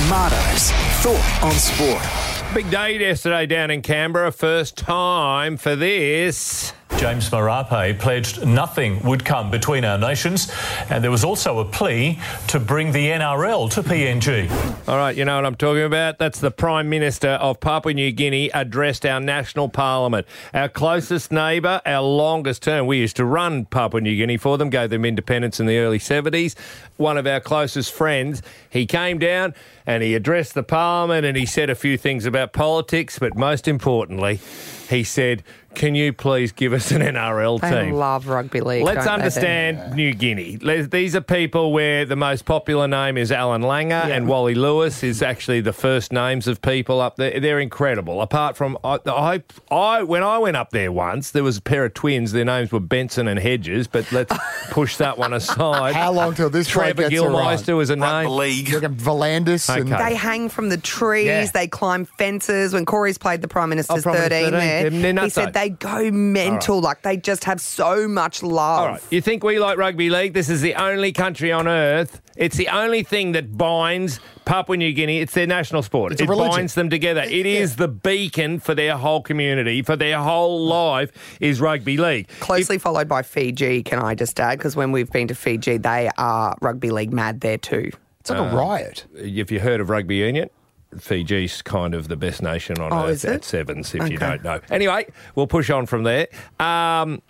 Speaker 6: Mottos. Thought on sport.
Speaker 3: Big day yesterday down in Canberra. First time for this.
Speaker 14: James Marape pledged nothing would come between our nations, and there was also a plea to bring the NRL to PNG.
Speaker 3: All right, you know what I'm talking about? That's the Prime Minister of Papua New Guinea addressed our national parliament. Our closest neighbour, our longest term. We used to run Papua New Guinea for them, gave them independence in the early 70s. One of our closest friends, he came down and he addressed the parliament and he said a few things about politics, but most importantly, he said, Can you please give us an NRL
Speaker 4: They
Speaker 3: team?
Speaker 4: love rugby league. don't
Speaker 3: Let's
Speaker 4: they, Ben?
Speaker 3: understand New Guinea. Le- These are people where the most popular name is Alan Langer and Wally Lewis is actually the first names of people up there. They're incredible. Apart from I, I, I when I went up there once, there was a pair of twins. Their names were Benson and Hedges. But let's push that one aside.
Speaker 2: How long till this bloke
Speaker 3: Trevor
Speaker 2: gets
Speaker 3: Gilmeister was a name.
Speaker 2: You reckon Volandis and
Speaker 3: Okay.
Speaker 4: They hang from the trees.
Speaker 3: Yeah. Oh,
Speaker 4: They climb fences. When Corey's played the Prime Minister's
Speaker 3: Prime Minister
Speaker 4: 13 there,
Speaker 3: 13, they're
Speaker 4: he
Speaker 3: nutso.
Speaker 4: said they go mental.
Speaker 3: All right.
Speaker 4: Like, they just have so much love.
Speaker 3: All right. You think we like rugby league? This is the only country on earth. It's the only thing that binds Papua New Guinea. It's their national sport.
Speaker 2: It's a
Speaker 3: it
Speaker 2: religion.
Speaker 3: binds them together. It is the beacon for their whole community, for their whole life is rugby league.
Speaker 4: Closely followed by Fiji, can I just add? Because when we've been to Fiji, they are rugby league mad there too.
Speaker 2: It's
Speaker 3: Uh,
Speaker 2: like a riot.
Speaker 3: If you heard of rugby union, Fiji's kind of the best nation on
Speaker 4: Oh,
Speaker 3: earth
Speaker 4: is it?
Speaker 3: at sevens, if
Speaker 4: Okay.
Speaker 3: you don't know. Anyway, we'll push on from there. Um,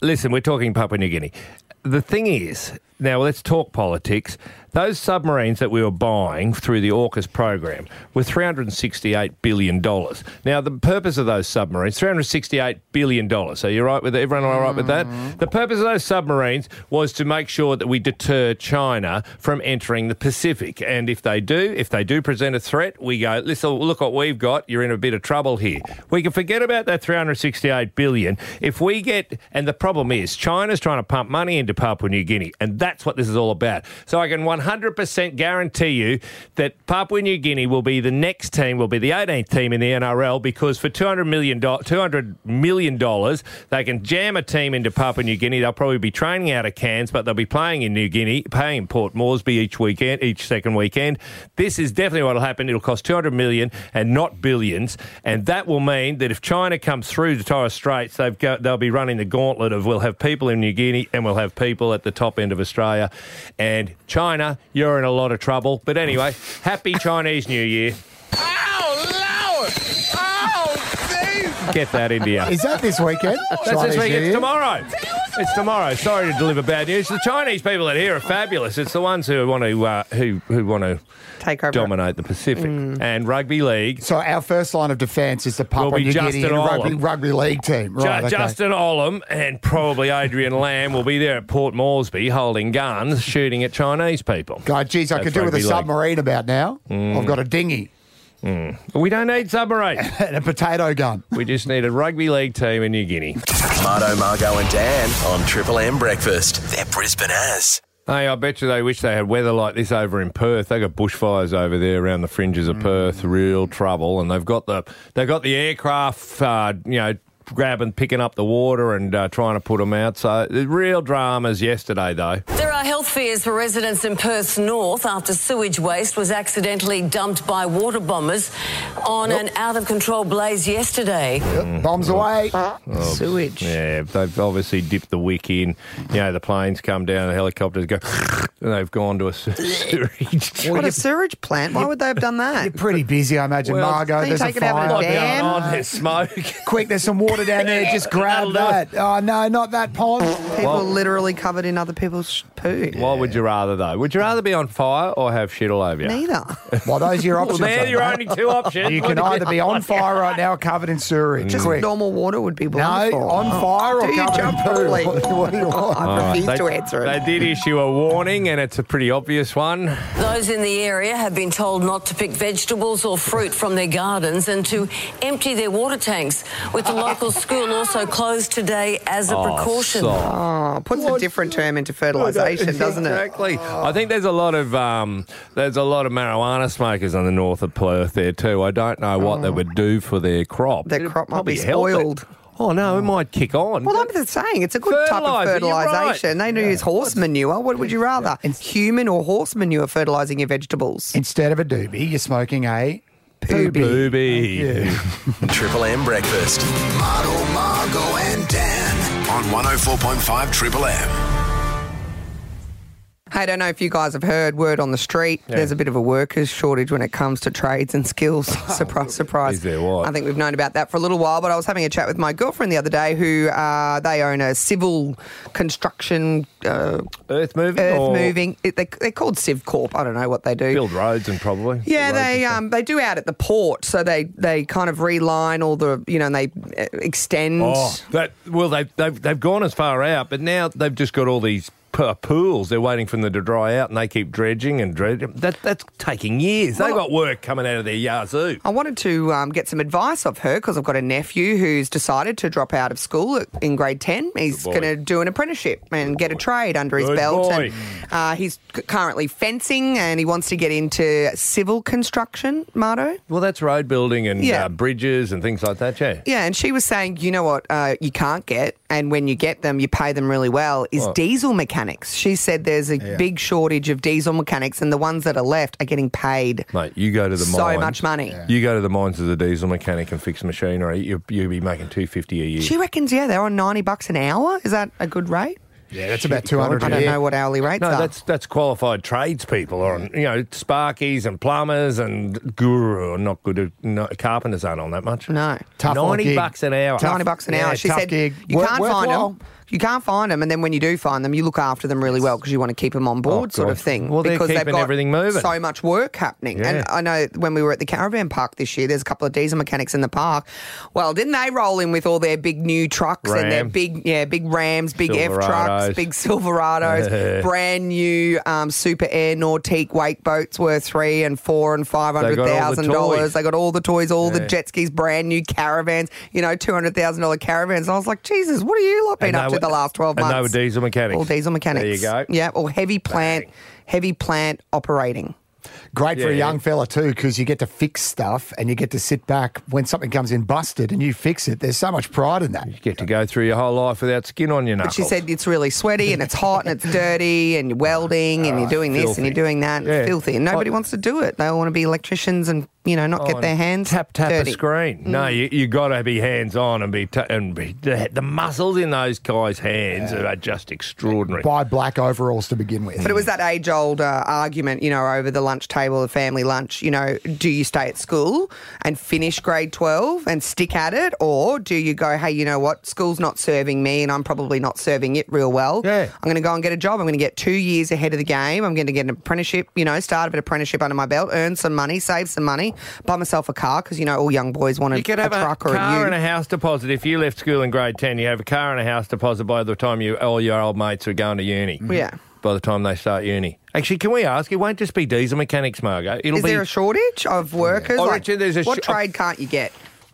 Speaker 3: listen, we're talking Papua New Guinea. The thing is, now let's talk politics. Those submarines that we were buying through the AUKUS program were $368 billion. Now, the purpose of those submarines, $368 billion. So you're right with everyone all right with
Speaker 4: Mm-hmm.
Speaker 3: that? The purpose of those submarines was to make sure that we deter China from entering the Pacific. And if they do, if they do present a threat, we go, listen, look what we've got. You're in a bit of trouble here. We can forget about that 368 billion if we get and the problem is China's trying to pump money into Papua New Guinea and that's what this is all about. So I can 100% guarantee you that Papua New Guinea will be the next team will be the 18th team in the NRL because for 200 million do- 200 million dollars they can jam a team into Papua New Guinea. They'll probably be training out of Cairns but they'll be playing in New Guinea, playing Port Moresby each weekend, each second weekend. This is definitely what'll happen. It'll cost 200 million and not billions and that will mean that if China comes through the Torres Straits, they've go, they'll be running the gauntlet of we'll have people in New Guinea and we'll have people at the top end of Australia. And China, you're in a lot of trouble. But anyway, happy Chinese New Year.
Speaker 13: Oh, Lord! Oh,
Speaker 3: Get that, India.
Speaker 2: Is that this weekend?
Speaker 3: That's
Speaker 2: Chinese eh?
Speaker 3: this week.
Speaker 2: New
Speaker 3: It's
Speaker 2: Year?
Speaker 3: tomorrow. It's tomorrow. Sorry to deliver bad news. The Chinese people that here are fabulous. It's the ones who want to uh, who who want to
Speaker 4: take over,
Speaker 3: dominate the Pacific
Speaker 2: Mm.
Speaker 3: and rugby league.
Speaker 2: So our first line of defence is the Papua
Speaker 3: be
Speaker 2: New
Speaker 3: Justin
Speaker 2: Guinea rugby,
Speaker 3: Olam.
Speaker 2: rugby league team.
Speaker 3: Ju-
Speaker 2: Right, okay.
Speaker 3: Justin Olam and probably Adrian Lamb will be there at Port Moresby holding guns, shooting at Chinese people.
Speaker 2: God, geez, I
Speaker 3: That's
Speaker 2: could do with a
Speaker 3: rugby league.
Speaker 2: submarine about now.
Speaker 3: Mm.
Speaker 2: I've got a dinghy
Speaker 3: Mm. We don't need submarines.
Speaker 2: and a potato gun.
Speaker 3: we just need a rugby league team in New Guinea.
Speaker 1: Marto, Margo, and Dan on Triple M Breakfast. They're Brisbane as.
Speaker 3: Hey, I bet you they wish they had weather like this over in Perth. They got bushfires over there around the fringes of Perth, real trouble. And they've got the they've got the aircraft, uh, you know, grabbing, picking up the water and uh, trying to put them out. So the real dramas yesterday, though.
Speaker 15: There are health fears for residents in Perth's north after sewage waste was accidentally dumped by water bombers on an out of control blaze yesterday.
Speaker 3: Mm.
Speaker 2: Bombs away.
Speaker 3: Oh, Yeah, they've obviously dipped the wick in. You know, the planes come down, the helicopters go, and they've gone to a sewerage.
Speaker 4: what a sewage plant. Why would they have done that?
Speaker 2: Pretty busy, I imagine.
Speaker 4: Well,
Speaker 2: Margot,
Speaker 4: then you
Speaker 2: there's
Speaker 4: take
Speaker 2: a
Speaker 4: it out of
Speaker 2: fire.
Speaker 4: the dam.
Speaker 3: Oh, there's smoke.
Speaker 2: Quick, there's some water down there. Just grab that. Oh no, not that pond.
Speaker 4: People literally covered in other people's poo.
Speaker 3: What would you rather, though? Would you rather be on fire or have shit all over you?
Speaker 4: Neither.
Speaker 2: Well, those are your
Speaker 3: Well,
Speaker 2: options.
Speaker 3: they're
Speaker 2: mate.
Speaker 3: your only two options. Mm.
Speaker 2: You can either be on fire right now, or covered in sewage.
Speaker 4: Just
Speaker 2: Quick.
Speaker 4: normal water would be wonderful. Oh.
Speaker 2: No, on fire or
Speaker 4: Do you
Speaker 2: covered in
Speaker 4: jump
Speaker 2: poo.
Speaker 4: properly? Oh,
Speaker 2: What, what do you want?
Speaker 3: All right,
Speaker 4: refuse
Speaker 3: they,
Speaker 4: to answer
Speaker 3: They
Speaker 4: it.
Speaker 3: did issue a warning, and it's a pretty obvious one.
Speaker 15: Those in the area have been told not to pick vegetables or fruit from their gardens and to empty their water tanks, with the local school also closed today as a precaution.
Speaker 4: Oh, puts a different term into fertilisation, doesn't it?
Speaker 3: Exactly. I think there's a lot of um, there's a lot of marijuana smokers on the north of Perth there too. I don't know what they would do for their crop.
Speaker 4: Oh. Their crop might be
Speaker 3: Probably help it.
Speaker 4: spoiled.
Speaker 3: Oh no, it might kick on.
Speaker 4: Well, I'm just saying it's a good type of
Speaker 3: Fertiliser, you're right.
Speaker 4: fertilisation. They do use horse manure. What would you rather? Human or horse manure fertilising your vegetables?
Speaker 2: Instead of a doobie, you're smoking a poobie.
Speaker 3: Booby.
Speaker 1: Triple M Breakfast.
Speaker 6: Marto, Margo, and Dan on 104.5 Triple M.
Speaker 4: Hey, I don't know if you guys have heard word on the street. There's a bit of a workers' shortage when it comes to trades and skills. surprise, surprise.
Speaker 3: Is there what?
Speaker 4: I think we've known about that for a little while, but I was having a chat with my girlfriend the other day who uh, they own a civil construction uh,
Speaker 3: Earth moving.
Speaker 4: earth
Speaker 3: or
Speaker 4: moving. It, they, they're called CivCorp. I don't know what they do.
Speaker 3: Oh. Build roads and probably.
Speaker 4: Yeah,
Speaker 3: Roads and
Speaker 4: they
Speaker 3: stuff.
Speaker 4: um, they do out at the port, so they they kind of reline all the you know and they uh, extend.
Speaker 3: Oh, that well, they, they've they've gone as far out, but now they've just got all these p- uh, pools. They're waiting for them to dry out, and they keep dredging and dredging. That that's taking years. They've got work coming out of their yazoo.
Speaker 4: I wanted to um, get some advice of her because I've got a nephew who's decided to drop out of school at- in grade 10. He's
Speaker 3: boy.
Speaker 4: going to do an apprenticeship and get a trade under his
Speaker 3: Good
Speaker 4: belt.
Speaker 3: boy.
Speaker 4: And, uh, he's c- currently fencing and he wants to get into civil construction, Marto.
Speaker 3: Well, that's road building and
Speaker 4: Yeah.
Speaker 3: uh, bridges and things like that. Yeah.
Speaker 4: Yeah, and she was saying, you know what, uh, you can't get, and when you get them, you pay them really well, is
Speaker 3: What?
Speaker 4: diesel mechanics. She said there's a big shortage of diesel mechanics, and the ones that are left are getting paid.
Speaker 3: Mate, you go to the
Speaker 4: So
Speaker 3: mines.
Speaker 4: much money. Yeah.
Speaker 3: You go to the mines as a diesel mechanic and fix machinery. You you'll be making two fifty a year.
Speaker 4: She reckons, yeah, they're on 90 bucks an hour. Is that a good rate?
Speaker 2: Yeah, that's about 200
Speaker 4: I
Speaker 2: a
Speaker 4: don't
Speaker 2: year.
Speaker 4: know what hourly rates
Speaker 3: no,
Speaker 4: are.
Speaker 3: that's that's qualified tradespeople on you know sparkies and plumbers and guru. Not good. No, carpenters aren't on that much.
Speaker 4: No.
Speaker 2: Tough old
Speaker 3: ninety
Speaker 2: gig.
Speaker 3: bucks an hour.
Speaker 4: Ninety bucks an
Speaker 3: Yeah,
Speaker 4: hour. She
Speaker 3: tough
Speaker 4: said
Speaker 3: gig.
Speaker 4: you
Speaker 2: Worth-
Speaker 4: can't find
Speaker 2: worthwhile.
Speaker 4: them. you can't find them, and then when you do find them, you look after them really well because you want to keep them on board,
Speaker 3: Oh,
Speaker 4: sort
Speaker 3: God.
Speaker 4: of thing.
Speaker 3: Well, they're
Speaker 4: because
Speaker 3: keeping everything moving.
Speaker 4: So much work happening,
Speaker 3: Yeah.
Speaker 4: and I know when we were at the caravan park this year, there's a couple of diesel mechanics in the park. Well, didn't they roll in with all their big new trucks and their
Speaker 3: Ram.
Speaker 4: big, yeah, big Rams, big F
Speaker 3: Silverados.
Speaker 4: trucks, big Silverados,
Speaker 3: Yeah.
Speaker 4: brand new um, Super Air Nautique wake boats worth three and four and five
Speaker 3: They
Speaker 4: hundred
Speaker 3: got all the
Speaker 4: thousand dollars.
Speaker 3: toys.
Speaker 4: They got all the toys, all
Speaker 3: Yeah.
Speaker 4: the jet skis, brand new caravans. You know, two hundred thousand dollar caravans. And I was like, Jesus, what are you lot been
Speaker 3: And
Speaker 4: up
Speaker 3: they
Speaker 4: to
Speaker 3: were-
Speaker 4: the last twelve
Speaker 3: and
Speaker 4: months?
Speaker 3: they were diesel mechanics.
Speaker 4: All diesel mechanics.
Speaker 3: There you go.
Speaker 4: Yeah, or heavy plant, heavy plant operating.
Speaker 2: Great for a
Speaker 4: Yeah.
Speaker 2: young fella too, because you get to fix stuff and you get to sit back when something comes in busted and you fix it. There's so much pride in that.
Speaker 3: You get to go through your whole life without skin on your
Speaker 4: But
Speaker 3: knuckles.
Speaker 4: she said it's really sweaty and it's hot and it's dirty and you're welding and you're doing this and
Speaker 3: Ah, filthy.
Speaker 4: you're doing that and
Speaker 3: Yeah.
Speaker 4: filthy and nobody wants to do it. They all want to be electricians and you know not
Speaker 3: Oh,
Speaker 4: get their
Speaker 3: and
Speaker 4: hands tap
Speaker 3: tap
Speaker 4: dirty. Mm.
Speaker 3: a screen. No, you you got to be hands on and be ta and be, the, the muscles in those guys' hands are just extraordinary.
Speaker 2: Buy black overalls to begin with.
Speaker 4: But it was that age old uh, argument, you know, over the lunch table, the family lunch, you know, do you stay at school and finish grade 12 and stick at it? Or do you go, hey, you know what, school's not serving me and I'm probably not serving it real well. Yeah. I'm going to go and get a job. I'm going to get two years ahead of the game. I'm going to get an apprenticeship, you know, start an apprenticeship under my belt, earn some money, save some money, buy myself a car because, you know, all young boys want
Speaker 3: You could
Speaker 4: a, a
Speaker 3: have a,
Speaker 4: truck or a
Speaker 3: car
Speaker 4: ute.
Speaker 3: and a house deposit. If you left school in grade 10, you have a car and a house deposit by the time you all your old mates are going to uni.
Speaker 2: Mm-hmm.
Speaker 4: Yeah.
Speaker 3: By the time they start uni. Actually, can we ask? It won't just be diesel mechanics, Margo. It'll
Speaker 4: Is
Speaker 3: be.
Speaker 4: there a shortage of workers?
Speaker 3: I
Speaker 4: Like,
Speaker 3: reckon there's a
Speaker 4: what
Speaker 3: sh-
Speaker 4: trade can't you get?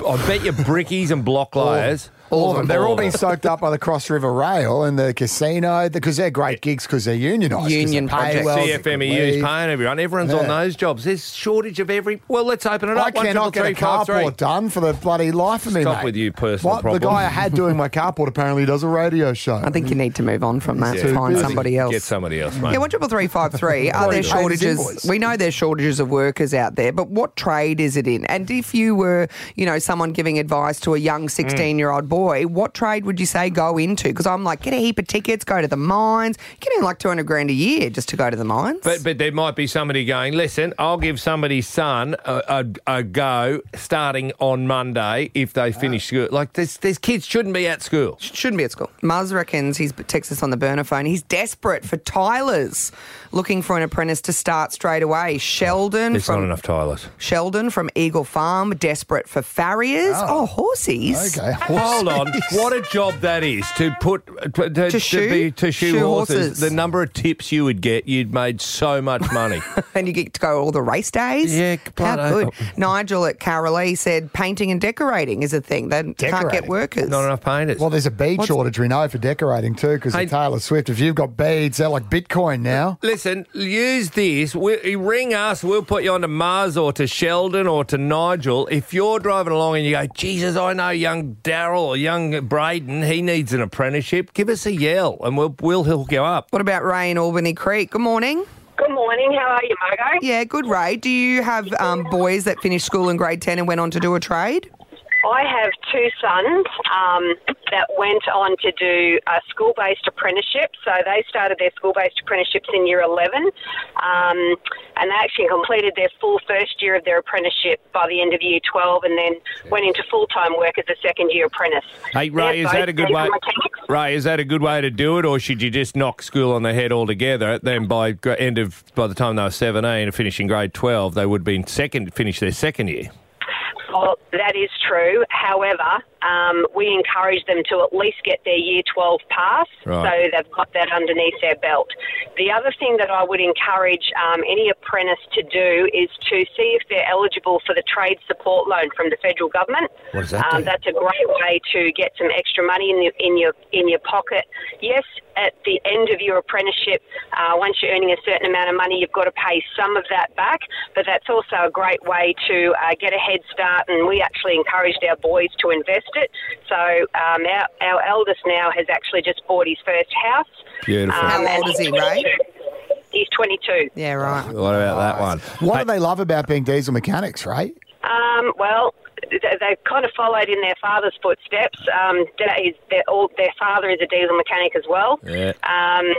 Speaker 3: I bet you brickies and block layers.
Speaker 2: All of them. They're all
Speaker 3: of
Speaker 2: being
Speaker 3: them.
Speaker 2: soaked up by the Cross River Rail and the casino because they're great gigs because they're unionised. 'cause they
Speaker 4: Union
Speaker 2: pay
Speaker 4: projects.
Speaker 2: well, they can
Speaker 3: CFMEU's
Speaker 2: leave.
Speaker 3: paying everyone. Everyone's on
Speaker 2: Yeah.
Speaker 3: those jobs. There's shortage of every. Well, let's open it up.
Speaker 2: I cannot get a carport done for the bloody life of me,
Speaker 3: Stop
Speaker 2: mate.
Speaker 3: with you personal
Speaker 2: What the
Speaker 3: problems.
Speaker 2: guy I had doing my carport apparently does a radio show. I
Speaker 4: think you need to move on from that.
Speaker 3: Yeah.
Speaker 4: Find
Speaker 3: Busy.
Speaker 4: somebody else.
Speaker 3: Get somebody else, mate.
Speaker 4: Yeah, one triple three five three. Are there
Speaker 3: Right.
Speaker 4: shortages?
Speaker 3: Invoice.
Speaker 4: We know there's shortages of workers out there, but what trade is it in? And if you were, you know, someone giving advice to a
Speaker 3: Mm.
Speaker 4: young sixteen-year-old boy, what trade would you say go into? Because I'm like, get a heap of tickets, go to the mines, get in like two hundred grand a year just to go to the mines.
Speaker 3: But but there might be somebody going. Listen, I'll give somebody's son a, a, a go starting on Monday if they finish school. Like there's there's kids shouldn't be at school.
Speaker 4: Ah. Shouldn't be at school. Muzz reckons he's texts us on the burner phone. He's desperate for Tyler's, looking for an apprentice to start straight away. Sheldon
Speaker 3: There's
Speaker 4: from
Speaker 3: not enough Tylers.
Speaker 4: Sheldon from Eagle Farm, desperate for farriers. Oh, horses.
Speaker 2: Okay,
Speaker 3: Hold on, what a job that is to put to, to,
Speaker 4: shoe-
Speaker 3: be, to shoe,
Speaker 4: shoe
Speaker 3: horses.
Speaker 4: horses.
Speaker 3: The number of tips you would get, you'd made so much money.
Speaker 4: And you get to go all the race days.
Speaker 3: Yeah,
Speaker 4: how
Speaker 3: bloody-
Speaker 4: good. Nigel at Carolee said painting and decorating is a thing. They can't get
Speaker 2: Decorating.
Speaker 4: workers.
Speaker 3: not enough painters.
Speaker 2: Well, there's a bead shortage we know for decorating too because
Speaker 3: Hey-
Speaker 2: of Taylor Swift. If you've got beads, they're like Bitcoin now.
Speaker 3: Listen, use this. We, ring us. We'll put you on to Mars or to Sheldon or to Nigel. If you're driving along and you go, Jesus, I know young Daryl or young Braden, he needs an apprenticeship. Give us a yell and we'll we'll hook you up.
Speaker 4: What about Ray in Albany Creek? Good morning.
Speaker 9: Good morning. How are you, Margo?
Speaker 4: Yeah, good, Ray. Do you have um, boys that finished school in grade 10 and went on to do a trade?
Speaker 9: I have two sons um, that went on to do a school based apprenticeship. So they started their school based apprenticeships in year 11 um, and they actually completed their full first year of their apprenticeship by the end of year 12 and then went into full time work as a second year apprentice.
Speaker 3: Hey, Ray,
Speaker 9: They're
Speaker 3: is that
Speaker 9: both
Speaker 3: a good way?
Speaker 9: diesel mechanics.
Speaker 3: Ray, is that a good way to do it, or should you just knock school on the head altogether? Then by gr- end of by the time they were seventeen and finishing grade twelve, they would be in second, finish their second year.
Speaker 9: Well, that is true. However, um, we encourage them to at least get their Year 12 pass,
Speaker 3: Right.
Speaker 9: so they've got that underneath their belt. The other thing that I would encourage um, any apprentice to do is to see if they're eligible for the trade support loan from the federal government.
Speaker 16: What does that
Speaker 9: um,
Speaker 16: do?
Speaker 9: That's a great way to get some extra money in, your in your in your pocket. Yes, at the end of your apprenticeship, uh, once you're earning a certain amount of money, you've got to pay some of that back. But that's also a great way to uh, get a head start. And we actually encouraged our boys to invest it. So um, our, our eldest now has actually just bought his first house.
Speaker 3: Beautiful.
Speaker 9: Um,
Speaker 4: How
Speaker 9: and
Speaker 4: old is
Speaker 9: he's
Speaker 4: he, Ray?
Speaker 9: 22. He's 22.
Speaker 4: Yeah, right. Uh,
Speaker 3: What about that one?
Speaker 2: What do they love about being diesel mechanics, right?
Speaker 9: Um, well, th- they've kind of followed in their father's footsteps. Um, that is, their, all, their father is a diesel mechanic as well.
Speaker 3: Yeah.
Speaker 9: Um,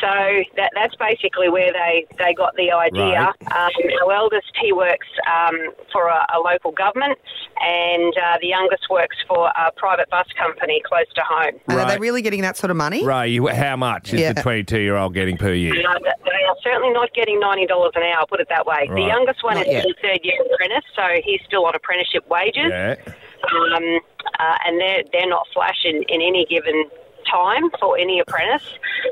Speaker 9: So that, that's basically where they, they got the idea.
Speaker 3: Right.
Speaker 9: Um, our eldest, he works um, for a, a local government, and uh, the youngest works for a private bus company close to home.
Speaker 4: And Are they really getting that sort of money?
Speaker 3: Ray, you, how much is
Speaker 4: Yeah.
Speaker 3: the 22 year old getting per year?
Speaker 9: Uh, th- they are certainly not getting ninety dollars an hour. Put it that way. The
Speaker 3: Right.
Speaker 9: youngest one
Speaker 3: Not
Speaker 9: is
Speaker 3: yet.
Speaker 9: in third year apprentice, so he's still on apprenticeship wages.
Speaker 3: Yeah.
Speaker 9: um, uh, and they're they're not flashing in any given time for any apprentice.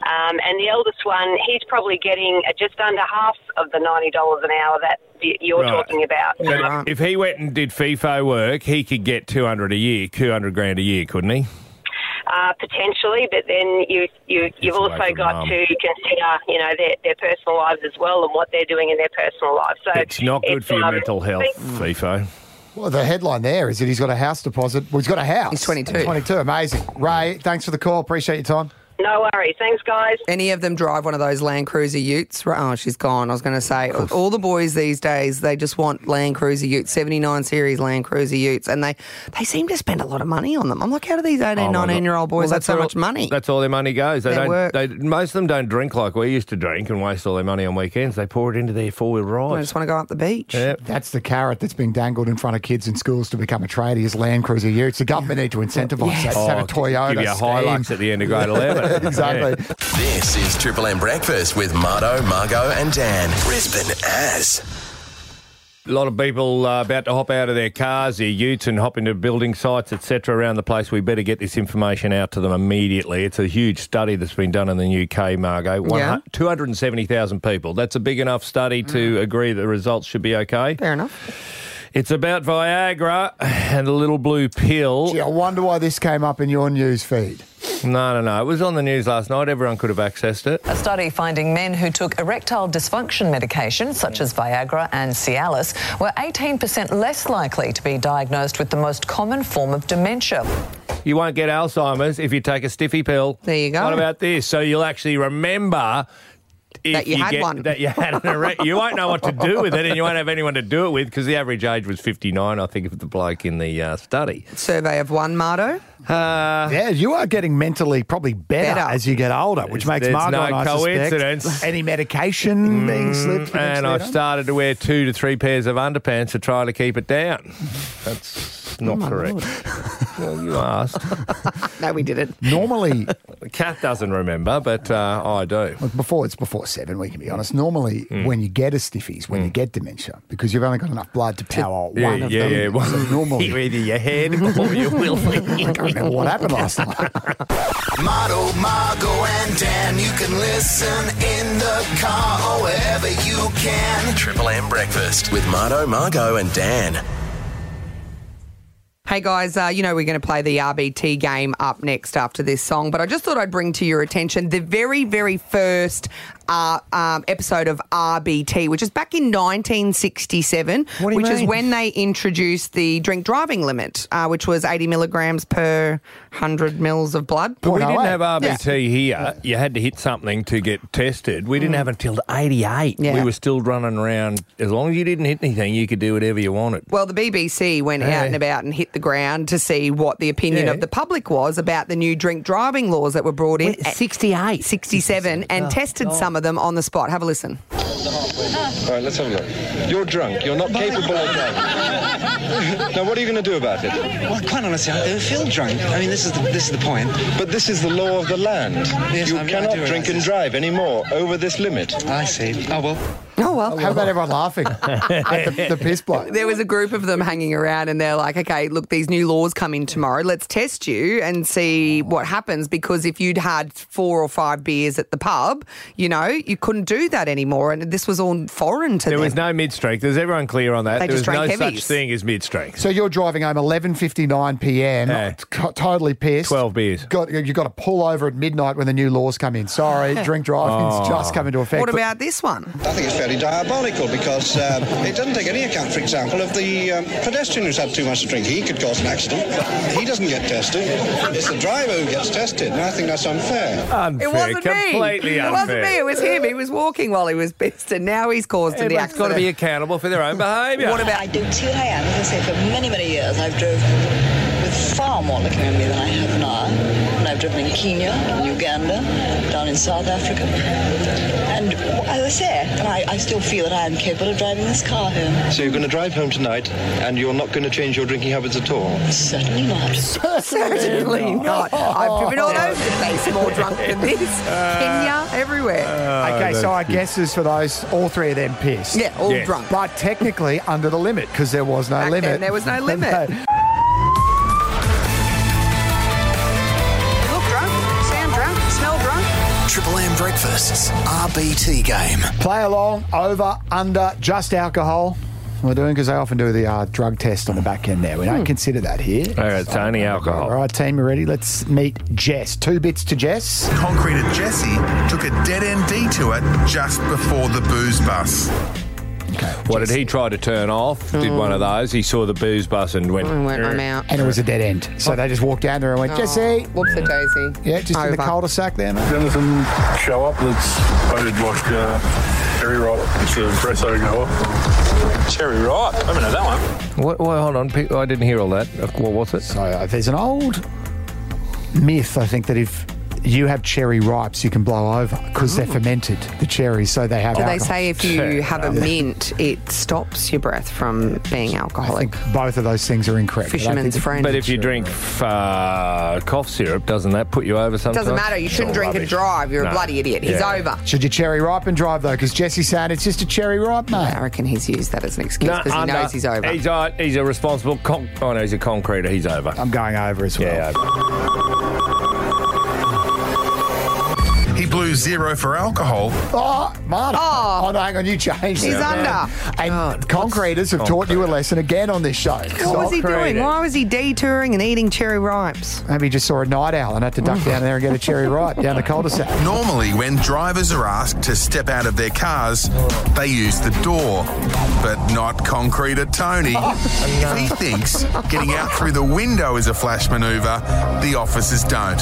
Speaker 9: Um, and the eldest one, he's probably getting uh, just under half of the ninety dollars an hour that y- you're
Speaker 3: Right.
Speaker 9: talking about.
Speaker 3: But
Speaker 4: Uh-huh.
Speaker 3: if he went and did FIFO work, he could get 200 a year, 200 grand a year, couldn't he?
Speaker 9: Uh, potentially, but then you, you you've
Speaker 3: away
Speaker 9: also
Speaker 3: from
Speaker 9: got
Speaker 3: mum.
Speaker 9: to consider you know their, their personal lives as well and what they're doing in their personal lives. So
Speaker 3: It's not good for your
Speaker 9: um,
Speaker 3: mental health, FIFO.
Speaker 2: Well, the headline there is that he's got a house deposit. Well, he's got a house. He's 22. 22. Amazing. Ray, thanks for the call. Appreciate your time.
Speaker 9: No worries. Thanks, guys.
Speaker 4: Any of them drive one of those Land Cruiser utes? Right- Oh, she's gone. I was going to say, all the boys these days, they just want Land Cruiser utes, 79 series Land Cruiser utes, and they, they seem to spend a lot of money on them. I'm like, how do these 18,
Speaker 3: Oh, my
Speaker 4: 19
Speaker 3: God.
Speaker 4: year old boys
Speaker 3: Well,
Speaker 4: have so
Speaker 3: where all-
Speaker 4: much money?
Speaker 3: That's all their money goes. They
Speaker 4: Their
Speaker 3: don't.
Speaker 4: work.
Speaker 3: They, most of them don't drink like we used to drink and waste all their money on weekends. They pour it into their four wheel
Speaker 4: I
Speaker 3: drives.
Speaker 4: just want to go up the beach.
Speaker 2: That's the carrot that's being dangled in front of kids in schools to become a tradie is Land Cruiser utes. The government need to incentivise that. Just have a Toyota
Speaker 3: Oh, Give you a
Speaker 2: scheme.
Speaker 3: Hilux at the end of grade eleven.
Speaker 2: Exactly.
Speaker 1: This is Triple M Breakfast with Marto, Margot, and Dan. Brisbane as.
Speaker 3: A lot of people uh, about to hop out of their cars, their utes, and hop into building sites, etc., around the place. We better get this information out to them immediately. It's a huge study that's been done in the UK, Margot. One
Speaker 4: Yeah.
Speaker 3: hu- 270,000 people. That's a big enough study to agree the results should be okay.
Speaker 4: Mm. Fair enough.
Speaker 3: It's about Viagra and the little blue pill.
Speaker 2: Gee, I wonder why this came up in your news feed.
Speaker 3: No, no, no. It was on the news last night. Everyone could have accessed it.
Speaker 16: A study finding men who took erectile dysfunction medication, such as Viagra and Cialis, were 18% less likely to be diagnosed with the most common form of dementia.
Speaker 3: You won't get Alzheimer's if you take a stiffy pill. There you
Speaker 16: go.
Speaker 3: What about this? So you'll actually remember if
Speaker 4: That you had one.
Speaker 3: That you had an erect. you won't know what to do with it, and you won't have anyone to do it with because the average age was fifty nine. I think of the bloke in the uh, study.
Speaker 4: Survey of one, Mardo.
Speaker 2: yeah, you are getting mentally probably better,
Speaker 4: Better.
Speaker 2: as you get older, which makes
Speaker 3: there's
Speaker 2: Margot
Speaker 3: no
Speaker 2: and I suspect
Speaker 3: coincidence. Mm,
Speaker 2: any medication being slipped. for next
Speaker 3: and I've
Speaker 2: later.
Speaker 3: started to wear two to three pairs of underpants to try to keep it down. That's
Speaker 2: Oh
Speaker 3: not correct. well, you asked.
Speaker 4: no, we didn't.
Speaker 2: Normally,
Speaker 3: Cat doesn't remember, but uh, I do.
Speaker 2: Look, before it's before seven, we can be honest. Normally,
Speaker 3: Mm.
Speaker 2: when you get a stiffy is when you get dementia because you've only got enough blood to power
Speaker 3: Yeah,
Speaker 2: one of
Speaker 3: yeah,
Speaker 2: them.
Speaker 3: yeah. One
Speaker 2: So normally,
Speaker 3: Either your head or your will.
Speaker 2: I can't remember what happened last night.
Speaker 6: Marto, Margo, and Dan. You can listen in the car or wherever you can.
Speaker 1: Triple M Breakfast with Marto, Margot, and Dan.
Speaker 4: Hey guys, uh, you know we're going to play the RBT game up next after this song, but I just thought I'd bring to your attention the very, very first uh, um, episode of RBT, which is back in 1967,
Speaker 17: What do you
Speaker 4: which is
Speaker 17: mean?
Speaker 4: when they introduced the drink driving limit, uh, which was 80 milligrams per 100 mils of blood.
Speaker 3: But we didn't have
Speaker 4: Yeah.
Speaker 3: RBT here. You had to hit something to get tested. We didn't have it until 88.
Speaker 4: Mm. Yeah.
Speaker 3: We were still running around. As long as you didn't hit anything, you could do whatever you wanted.
Speaker 4: Well, the BBC went
Speaker 3: Yeah.
Speaker 4: out and about and hit the ground to see what the opinion
Speaker 3: Yeah.
Speaker 4: of the public was about the new drink driving laws that were brought in. 68. 67,
Speaker 17: Oh,
Speaker 4: and tested some of them on the spot. Have a listen.
Speaker 18: All right, let's have a look. You're drunk. You're not capable of driving. now, what are you going to do about it? Well, quite honestly, I don't feel drunk. I mean, this is the, this is the point. But this is the law of the land. you cannot drink and drive anymore over this limit. I see. Oh well.
Speaker 4: Oh, well.
Speaker 2: How about everyone laughing at the, the piss bloke?
Speaker 4: There was a group of them hanging around, and they're like, okay, look, these new laws come in tomorrow. Let's test you and see what happens. Because if you'd had four or five beers at the pub, you know, you couldn't do that anymore. And this was all foreign to
Speaker 3: there
Speaker 4: them.
Speaker 3: was no mid strength. Is everyone clear on that?
Speaker 4: They
Speaker 3: there
Speaker 4: just
Speaker 3: was no
Speaker 4: drank
Speaker 3: such
Speaker 4: heavies.
Speaker 3: thing as mid strength.
Speaker 2: So you're driving home 11:59 p.m. It's co- totally pissed.
Speaker 3: 12 beers.
Speaker 2: Got you got to pull over at midnight when the new laws come in. Sorry, drink driving's
Speaker 18: Oh.
Speaker 2: just come into effect.
Speaker 18: What about
Speaker 4: this one?
Speaker 18: I think it's very diabolical because um, it doesn't take any account, for example, of the um, pedestrian who's had too much to drink. He could cause an accident. He doesn't get tested. It's the driver who gets tested, and I think that's unfair.
Speaker 4: It wasn't me. It wasn't me. It was him. He was walking while he was pissed, and now he's caused an
Speaker 3: Everyone's got
Speaker 4: accident.
Speaker 3: to be accountable for their own behaviour.
Speaker 4: What about-
Speaker 19: I do too. I am. As I say, for many, many years, I've driven with far more looking at me than I have now. And
Speaker 17: and I've driven in Kenya, in Uganda, down in South Africa. And I was there, and I, I still feel that I am capable of driving this car home.
Speaker 18: So you're going to drive home tonight, and you're not going to change your drinking habits at all.
Speaker 17: Certainly not.
Speaker 4: Certainly not. I've driven all over the place more drunk than this.
Speaker 3: Uh,
Speaker 4: Kenya, everywhere.
Speaker 3: Oh,
Speaker 2: okay, so I
Speaker 4: guess.
Speaker 2: guess is for those, all three of them pissed.
Speaker 4: Yeah, all Yes. drunk.
Speaker 2: But technically under the limit because there was no
Speaker 4: Back then
Speaker 2: limit.
Speaker 4: there was no limit.
Speaker 6: Look drunk, sound drunk, smell drunk. Triple M Breakfasts, RBT game.
Speaker 2: Play along, over, under, just alcohol. We're doing because they often do the uh, drug test on the back end there. We
Speaker 4: Hmm.
Speaker 2: don't consider that here.
Speaker 3: All right, it's only
Speaker 2: All
Speaker 3: alcohol.
Speaker 2: right, team, you ready? Let's meet Jess. Two bits to Jess.
Speaker 19: Concrete and Jesse took a dead end detour just before the booze bus.
Speaker 3: What did he try to turn off? Did one
Speaker 4: Mm.
Speaker 3: of those? He saw the booze bus and went.
Speaker 4: I'm Mm, out.
Speaker 2: And it was a dead end. So they just walked down there and went, Jesse.
Speaker 4: Whoops a daisy.
Speaker 2: Yeah, just in the
Speaker 4: Oh, Over.
Speaker 2: cul-de-sac there, mate.
Speaker 20: Jonathan, show up. Let's voted vodka, cherry ripe. It's a espresso go up. Cherry ripe. I haven't had that one.
Speaker 3: What, well, hold on. pe- I didn't hear all that. What was it? So
Speaker 2: uh, there's an old myth, I think, that if you have cherry ripes, you can blow over because they're fermented, the cherries, so they have
Speaker 4: Do they
Speaker 2: alcohol.
Speaker 4: say if you have a mint, it stops your breath from being alcoholic?
Speaker 2: Both of those things are incorrect. I don't
Speaker 4: Fisherman's
Speaker 2: think-
Speaker 4: friend.
Speaker 3: But if you drink uh, cough syrup, doesn't that put you over
Speaker 4: It
Speaker 3: sometimes?
Speaker 4: doesn't matter. You
Speaker 3: It's
Speaker 4: shouldn't
Speaker 3: all
Speaker 4: drink and
Speaker 3: rubbish.
Speaker 4: drive. You're a
Speaker 3: No.
Speaker 4: bloody idiot. He's
Speaker 3: Yeah.
Speaker 4: over.
Speaker 2: Should you cherry ripe and drive though? Because Jesse said it's just a cherry ripe, mate. I
Speaker 4: reckon he's used that as an excuse
Speaker 3: No, under. He's, all right. he's a responsible. Con- oh no, he's a concreter. He's over. I'm
Speaker 2: going over as well.
Speaker 3: Yeah. over.
Speaker 19: He blew zero for alcohol.
Speaker 2: Oh, Marta. Oh, no, hang on, you changed
Speaker 4: He's
Speaker 2: it.
Speaker 4: under. Oh,
Speaker 2: And concreters have taught you a lesson again on this show.
Speaker 4: What was he doing? Why was he detouring and eating cherry ripes?
Speaker 2: Maybe he just saw a night owl and had to duck down there and get a cherry ripe down the cul-de-sac.
Speaker 19: Normally, when drivers are asked to step out of their cars, they use the door, but not concrete at Tony. If he thinks getting out through the window is a flash maneuver, the officers don't.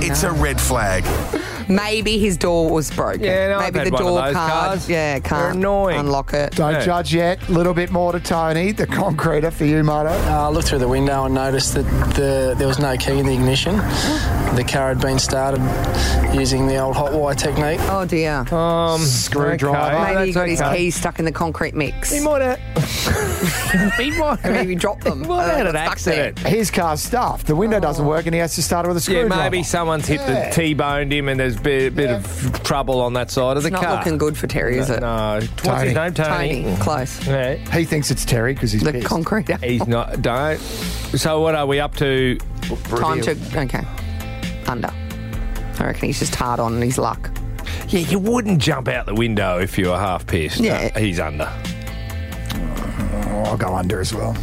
Speaker 19: It's a red flag.
Speaker 4: Oh, Maybe his door was broken.
Speaker 3: Yeah, no, I've had
Speaker 4: Maybe the
Speaker 3: one of
Speaker 4: door
Speaker 3: those
Speaker 4: card.
Speaker 3: cars.
Speaker 4: Yeah, can't unlock it.
Speaker 2: Don't judge yet. Little bit more to Tony, the concreter for you, Moto.
Speaker 21: Uh, I looked through the window and noticed that the, there was no key in the ignition. The car had been started using the old hot wire technique.
Speaker 4: Oh dear.
Speaker 3: Um,
Speaker 21: Screwdriver. okay.
Speaker 4: Maybe he got
Speaker 21: That's
Speaker 4: his
Speaker 21: okay.
Speaker 4: keys stuck in the concrete mix.
Speaker 3: He might have. he might
Speaker 4: have. Maybe he dropped them. Oh, He
Speaker 3: have had an accident.
Speaker 2: His car's stuffed. The window doesn't work and he has to start with a
Speaker 3: Yeah,
Speaker 2: screwdriver.
Speaker 3: maybe someone's hit
Speaker 2: Yeah.
Speaker 3: the T-boned him, and there's a bit, bit of trouble on that side of the
Speaker 4: It's not
Speaker 3: car.
Speaker 4: looking good for Terry, is it?
Speaker 3: No. What's his name? Tony.
Speaker 4: Tony, close.
Speaker 2: He thinks it's Terry because he's
Speaker 4: the concrete. Oh,
Speaker 3: He's not. Don't. So what are we up to?
Speaker 4: Time to okay. Under. I reckon he's just hard on his luck.
Speaker 3: Yeah, you wouldn't jump out the window if you were half pissed.
Speaker 4: Yeah.
Speaker 3: No, he's under.
Speaker 2: Oh, I'll go under as well.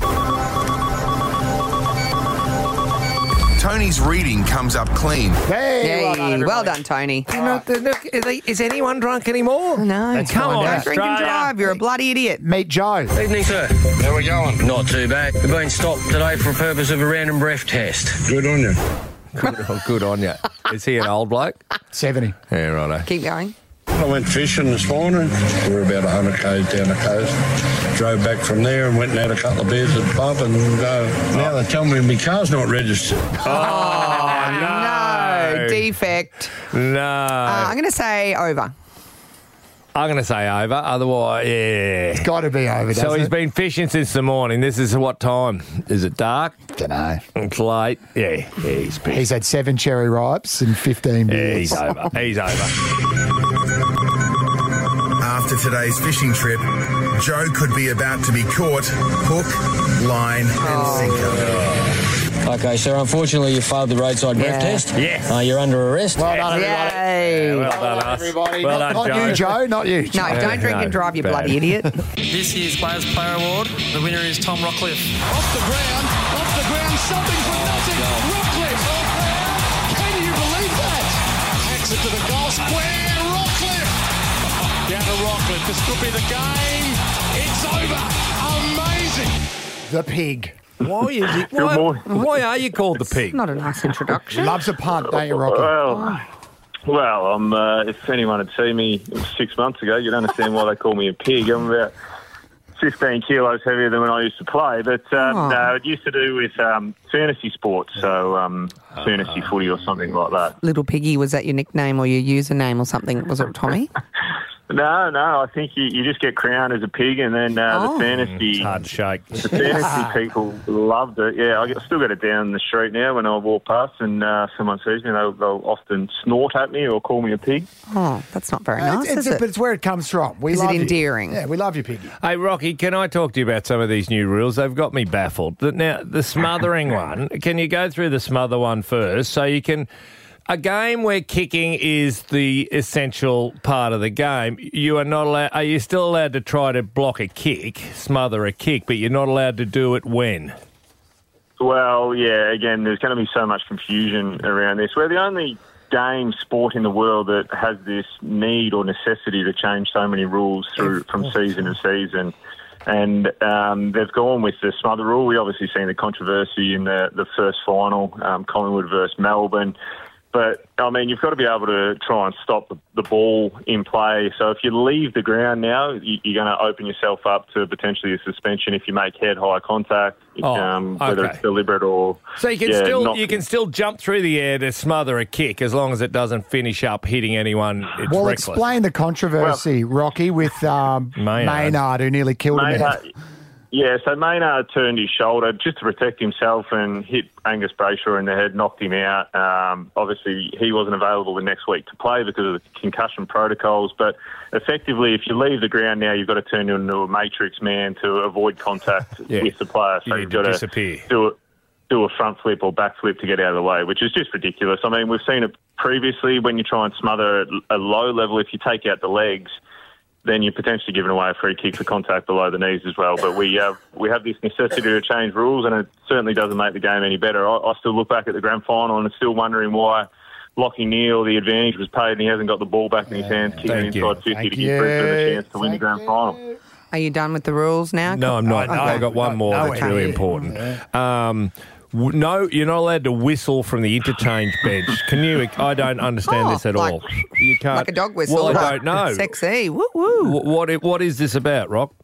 Speaker 19: Tony's reading comes up clean.
Speaker 4: Hey, well done, Tony.
Speaker 3: is anyone drunk anymore?
Speaker 4: No.
Speaker 19: Let's Come find on, out.
Speaker 4: Drink and
Speaker 19: Australia.
Speaker 4: drive. You're a bloody idiot.
Speaker 2: Meet Joe.
Speaker 22: Evening, sir. How are we going? Not too bad. We've been stopped today for a purpose of a random breath test. Good on you.
Speaker 3: Good, on- good on you. Is he an old bloke?
Speaker 2: 70.
Speaker 3: Yeah, righto.
Speaker 4: Keep going.
Speaker 22: I went fishing this morning. We were about 100 k's down the coast. Drove back from there and went and had a couple of beers at the pub. And uh, now they tell me my car's not registered.
Speaker 4: Oh, no. Defect.
Speaker 3: No.
Speaker 4: Uh, I'm going to say over.
Speaker 3: I'm going to say over. Otherwise, yeah. It's
Speaker 2: got to be over.
Speaker 3: So
Speaker 2: doesn't
Speaker 3: he's
Speaker 2: it?
Speaker 3: been fishing since the morning. This is what time? Is it dark?
Speaker 2: Don't know.
Speaker 3: It's late. Yeah, yeah he's pissed.
Speaker 2: He's had seven cherry ripes and 15
Speaker 3: Yeah,
Speaker 2: beers.
Speaker 3: he's over. He's over.
Speaker 19: After today's fishing trip, Joe could be about to be caught hook, line, and sinker.
Speaker 21: Okay, so unfortunately you failed the roadside breath
Speaker 19: Yeah.
Speaker 21: test.
Speaker 3: Yes.
Speaker 21: Uh, you're under arrest.
Speaker 2: Well done, everybody.
Speaker 4: Yay.
Speaker 3: well done, us.
Speaker 2: everybody.
Speaker 3: Well
Speaker 2: not,
Speaker 3: done,
Speaker 2: not you,
Speaker 3: Joe.
Speaker 2: Joe. Not you.
Speaker 4: No,
Speaker 2: Joe.
Speaker 4: don't drink and drive, you bloody idiot.
Speaker 21: this year's Players Player Award, the winner is Tom Rockcliffe.
Speaker 13: Off the ground, off the ground, something from
Speaker 21: Oh,
Speaker 13: nothing. Rockcliffe. oh, Can you believe that? Hacks it to the goal square. Rockcliffe. Down to Rockcliffe. This could be the game. It's over. Amazing.
Speaker 2: The pig.
Speaker 3: Why is he?
Speaker 2: Good
Speaker 3: Why,
Speaker 2: morning.
Speaker 3: why are you called the pig?
Speaker 4: Not a nice introduction.
Speaker 2: Loves a punt, don't you, Rocky?
Speaker 20: Well, well, I'm. Uh, if anyone had seen me six months ago, you'd understand why they call me a pig. I'm about
Speaker 5: 15 kilos heavier than when I used to play, but um,
Speaker 4: Oh.
Speaker 5: no, it used to do with um, fantasy sports, so um, fantasy footy or something like that.
Speaker 4: Little Piggy, was that your nickname or your username or something? Was it Tommy?
Speaker 5: No, no, I think you, you just get crowned as a pig, and then uh,
Speaker 4: Oh.
Speaker 5: the fantasy hard
Speaker 3: shake.
Speaker 5: The fantasy people loved it. Yeah, I get- still get it down the street now when I walk past, and uh, someone sees me, they'll, they'll often snort at me or call me a pig.
Speaker 4: Oh, that's not very nice,
Speaker 2: Uh, it's,
Speaker 4: is it?
Speaker 2: But it's where it comes from. We
Speaker 4: Is it
Speaker 2: love
Speaker 4: endearing?
Speaker 2: You. Yeah, we love you, Piggy.
Speaker 3: Hey, Rocky, can I talk to you about some of these new rules? They've got me baffled. The- Now, the smothering one, can you go through the smother one first so you can. A game where kicking is the essential part of the game, you are not allowed. Are you still allowed to try to block a kick, smother a kick, but you're not allowed to do it when?
Speaker 5: Well, yeah, again, there's going to be so much confusion around this. We're the only game sport in the world that has this need or necessity to change so many rules through from season to season. And um, they've gone with the smother rule. We obviously seen the controversy in the, the first final, um, Collingwood versus Melbourne. But I mean, you've got to be able to try and stop the, the ball in play. So if you leave the ground now, you, you're going to open yourself up to potentially a suspension if you make head high contact,
Speaker 3: Oh,
Speaker 5: um, whether
Speaker 3: okay.
Speaker 5: it's deliberate or
Speaker 3: So you can
Speaker 5: yeah,
Speaker 3: still
Speaker 5: not-
Speaker 3: you can still jump through the air to smother a kick as long as it doesn't finish up hitting anyone. It's
Speaker 2: well,
Speaker 3: reckless.
Speaker 2: explain the controversy, Rocky, with um,
Speaker 5: Maynard.
Speaker 2: Maynard. who nearly killed him.
Speaker 5: Maynard- Yeah, so Maynard turned his shoulder just to protect himself and hit Angus Brayshaw in the head, knocked him out. Um, obviously, he wasn't available the next week to play because of the concussion protocols. But effectively, if you leave the ground now, you've got to turn into a matrix man to avoid contact with the player. So you have got to
Speaker 3: disappear.
Speaker 5: do it. Do a front flip or back flip to get out of the way, which is just ridiculous. I mean, we've seen it previously when you try and smother at a low level. If you take out the legs, then you're potentially giving away a free kick for contact below the knees as well. But we have, we have this necessity to change rules, and it certainly doesn't make the game any better. I, I still look back at the grand final and I'm still wondering why Lockie Neal, the advantage was paid, and he hasn't got the ball back in his hands, kicking
Speaker 3: Thank
Speaker 5: inside
Speaker 3: you.
Speaker 5: 50
Speaker 3: Thank
Speaker 5: to give Brisbane
Speaker 3: you.
Speaker 5: a chance to win the grand final.
Speaker 4: Are you done with the rules now?
Speaker 3: No, I'm not.
Speaker 4: Oh, okay.
Speaker 3: I've got one more
Speaker 4: No,
Speaker 3: that's
Speaker 4: okay.
Speaker 3: really important. Um, w- no, you're not allowed to whistle from the interchange bench. Can you? I don't understand this at all. You can't.
Speaker 4: Oh, Like a dog whistle.
Speaker 3: Well, I don't
Speaker 4: like
Speaker 3: know.
Speaker 4: Sexy. Woo woo.
Speaker 3: Wh- What, i- what is this about, Rock?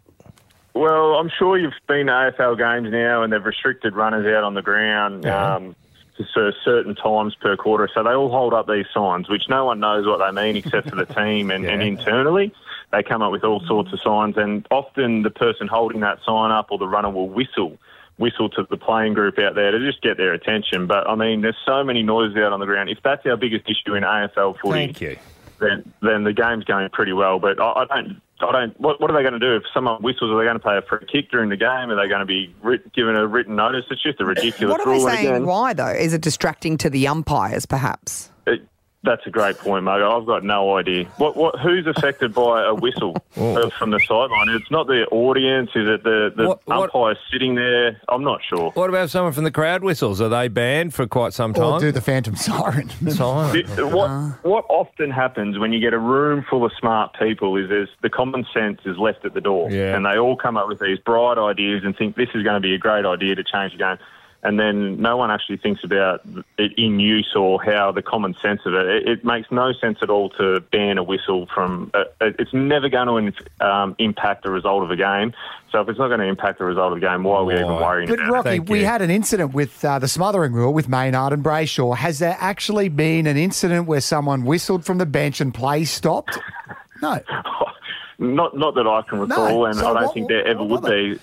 Speaker 5: Well, I'm sure you've been to AFL games now, and they've restricted runners out on the ground um, to cer- certain times per quarter. So they all hold up these signs, which no one knows what they mean except for the team and, and internally. They come up with all sorts of signs, and often the person holding that sign up or the runner will whistle. Whistle to the playing group out there to just get their attention. But I mean, there's so many noises out on the ground. If that's our biggest issue in AFL footy,
Speaker 3: Thank you.
Speaker 5: then then the game's going pretty well. But I, I don't. I don't. What, what are they going to do if someone whistles? Are they going to play a free kick during the game? Are they going to be writ, given a written notice? It's just a ridiculous
Speaker 4: What are they
Speaker 5: rule.
Speaker 4: saying?
Speaker 5: and again,
Speaker 4: Why though? Is it distracting to the umpires, perhaps?
Speaker 5: it- that's a great point, Margo. I've got no idea. What, what, who's affected by a whistle
Speaker 3: Oh.
Speaker 5: uh, from the sideline? It's not the audience. Is it the, the
Speaker 3: What- what-
Speaker 5: umpire sitting there? I'm not sure.
Speaker 3: What about if someone from the crowd whistles? Are they banned for quite some time?
Speaker 2: Or do the phantom siren.
Speaker 3: Siren.
Speaker 5: Th- What, what often happens when you get a room full of smart people is there's the common sense is left at the door,
Speaker 3: Yeah.
Speaker 5: and they all come up with these bright ideas and think this is going to be a great idea to change the game, and then no one actually thinks about it in use or how the common sense of it. It, it makes no sense at all to ban a whistle from. Uh, it's never going to um, impact the result of a game. So if it's not going to impact the result of the game, why are we even worrying
Speaker 2: But
Speaker 5: about it?
Speaker 2: Rocky, we had an incident with uh, the smothering rule with Maynard and Brayshaw. Has there actually been an incident where someone whistled from the bench and play stopped? No.
Speaker 5: Not, not that I can recall, and
Speaker 2: So
Speaker 5: I don't
Speaker 2: what-
Speaker 5: think there ever would be.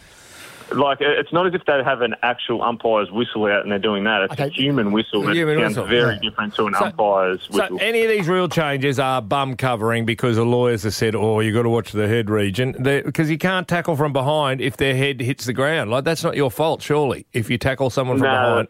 Speaker 5: Like, it- it's not as if they have an actual umpire's whistle out and they're doing that. It's a human whistle that
Speaker 3: Human
Speaker 5: sounds
Speaker 3: whistle,
Speaker 5: very
Speaker 3: yeah.
Speaker 5: different to an
Speaker 3: So-
Speaker 5: umpire's
Speaker 3: So
Speaker 5: whistle.
Speaker 3: any of these real changes are bum covering because the lawyers have said, "Oh, you got to watch the head region," because you can't tackle from behind if their head hits the ground. Like that's not your fault, surely. If you tackle someone from
Speaker 5: No.
Speaker 3: behind,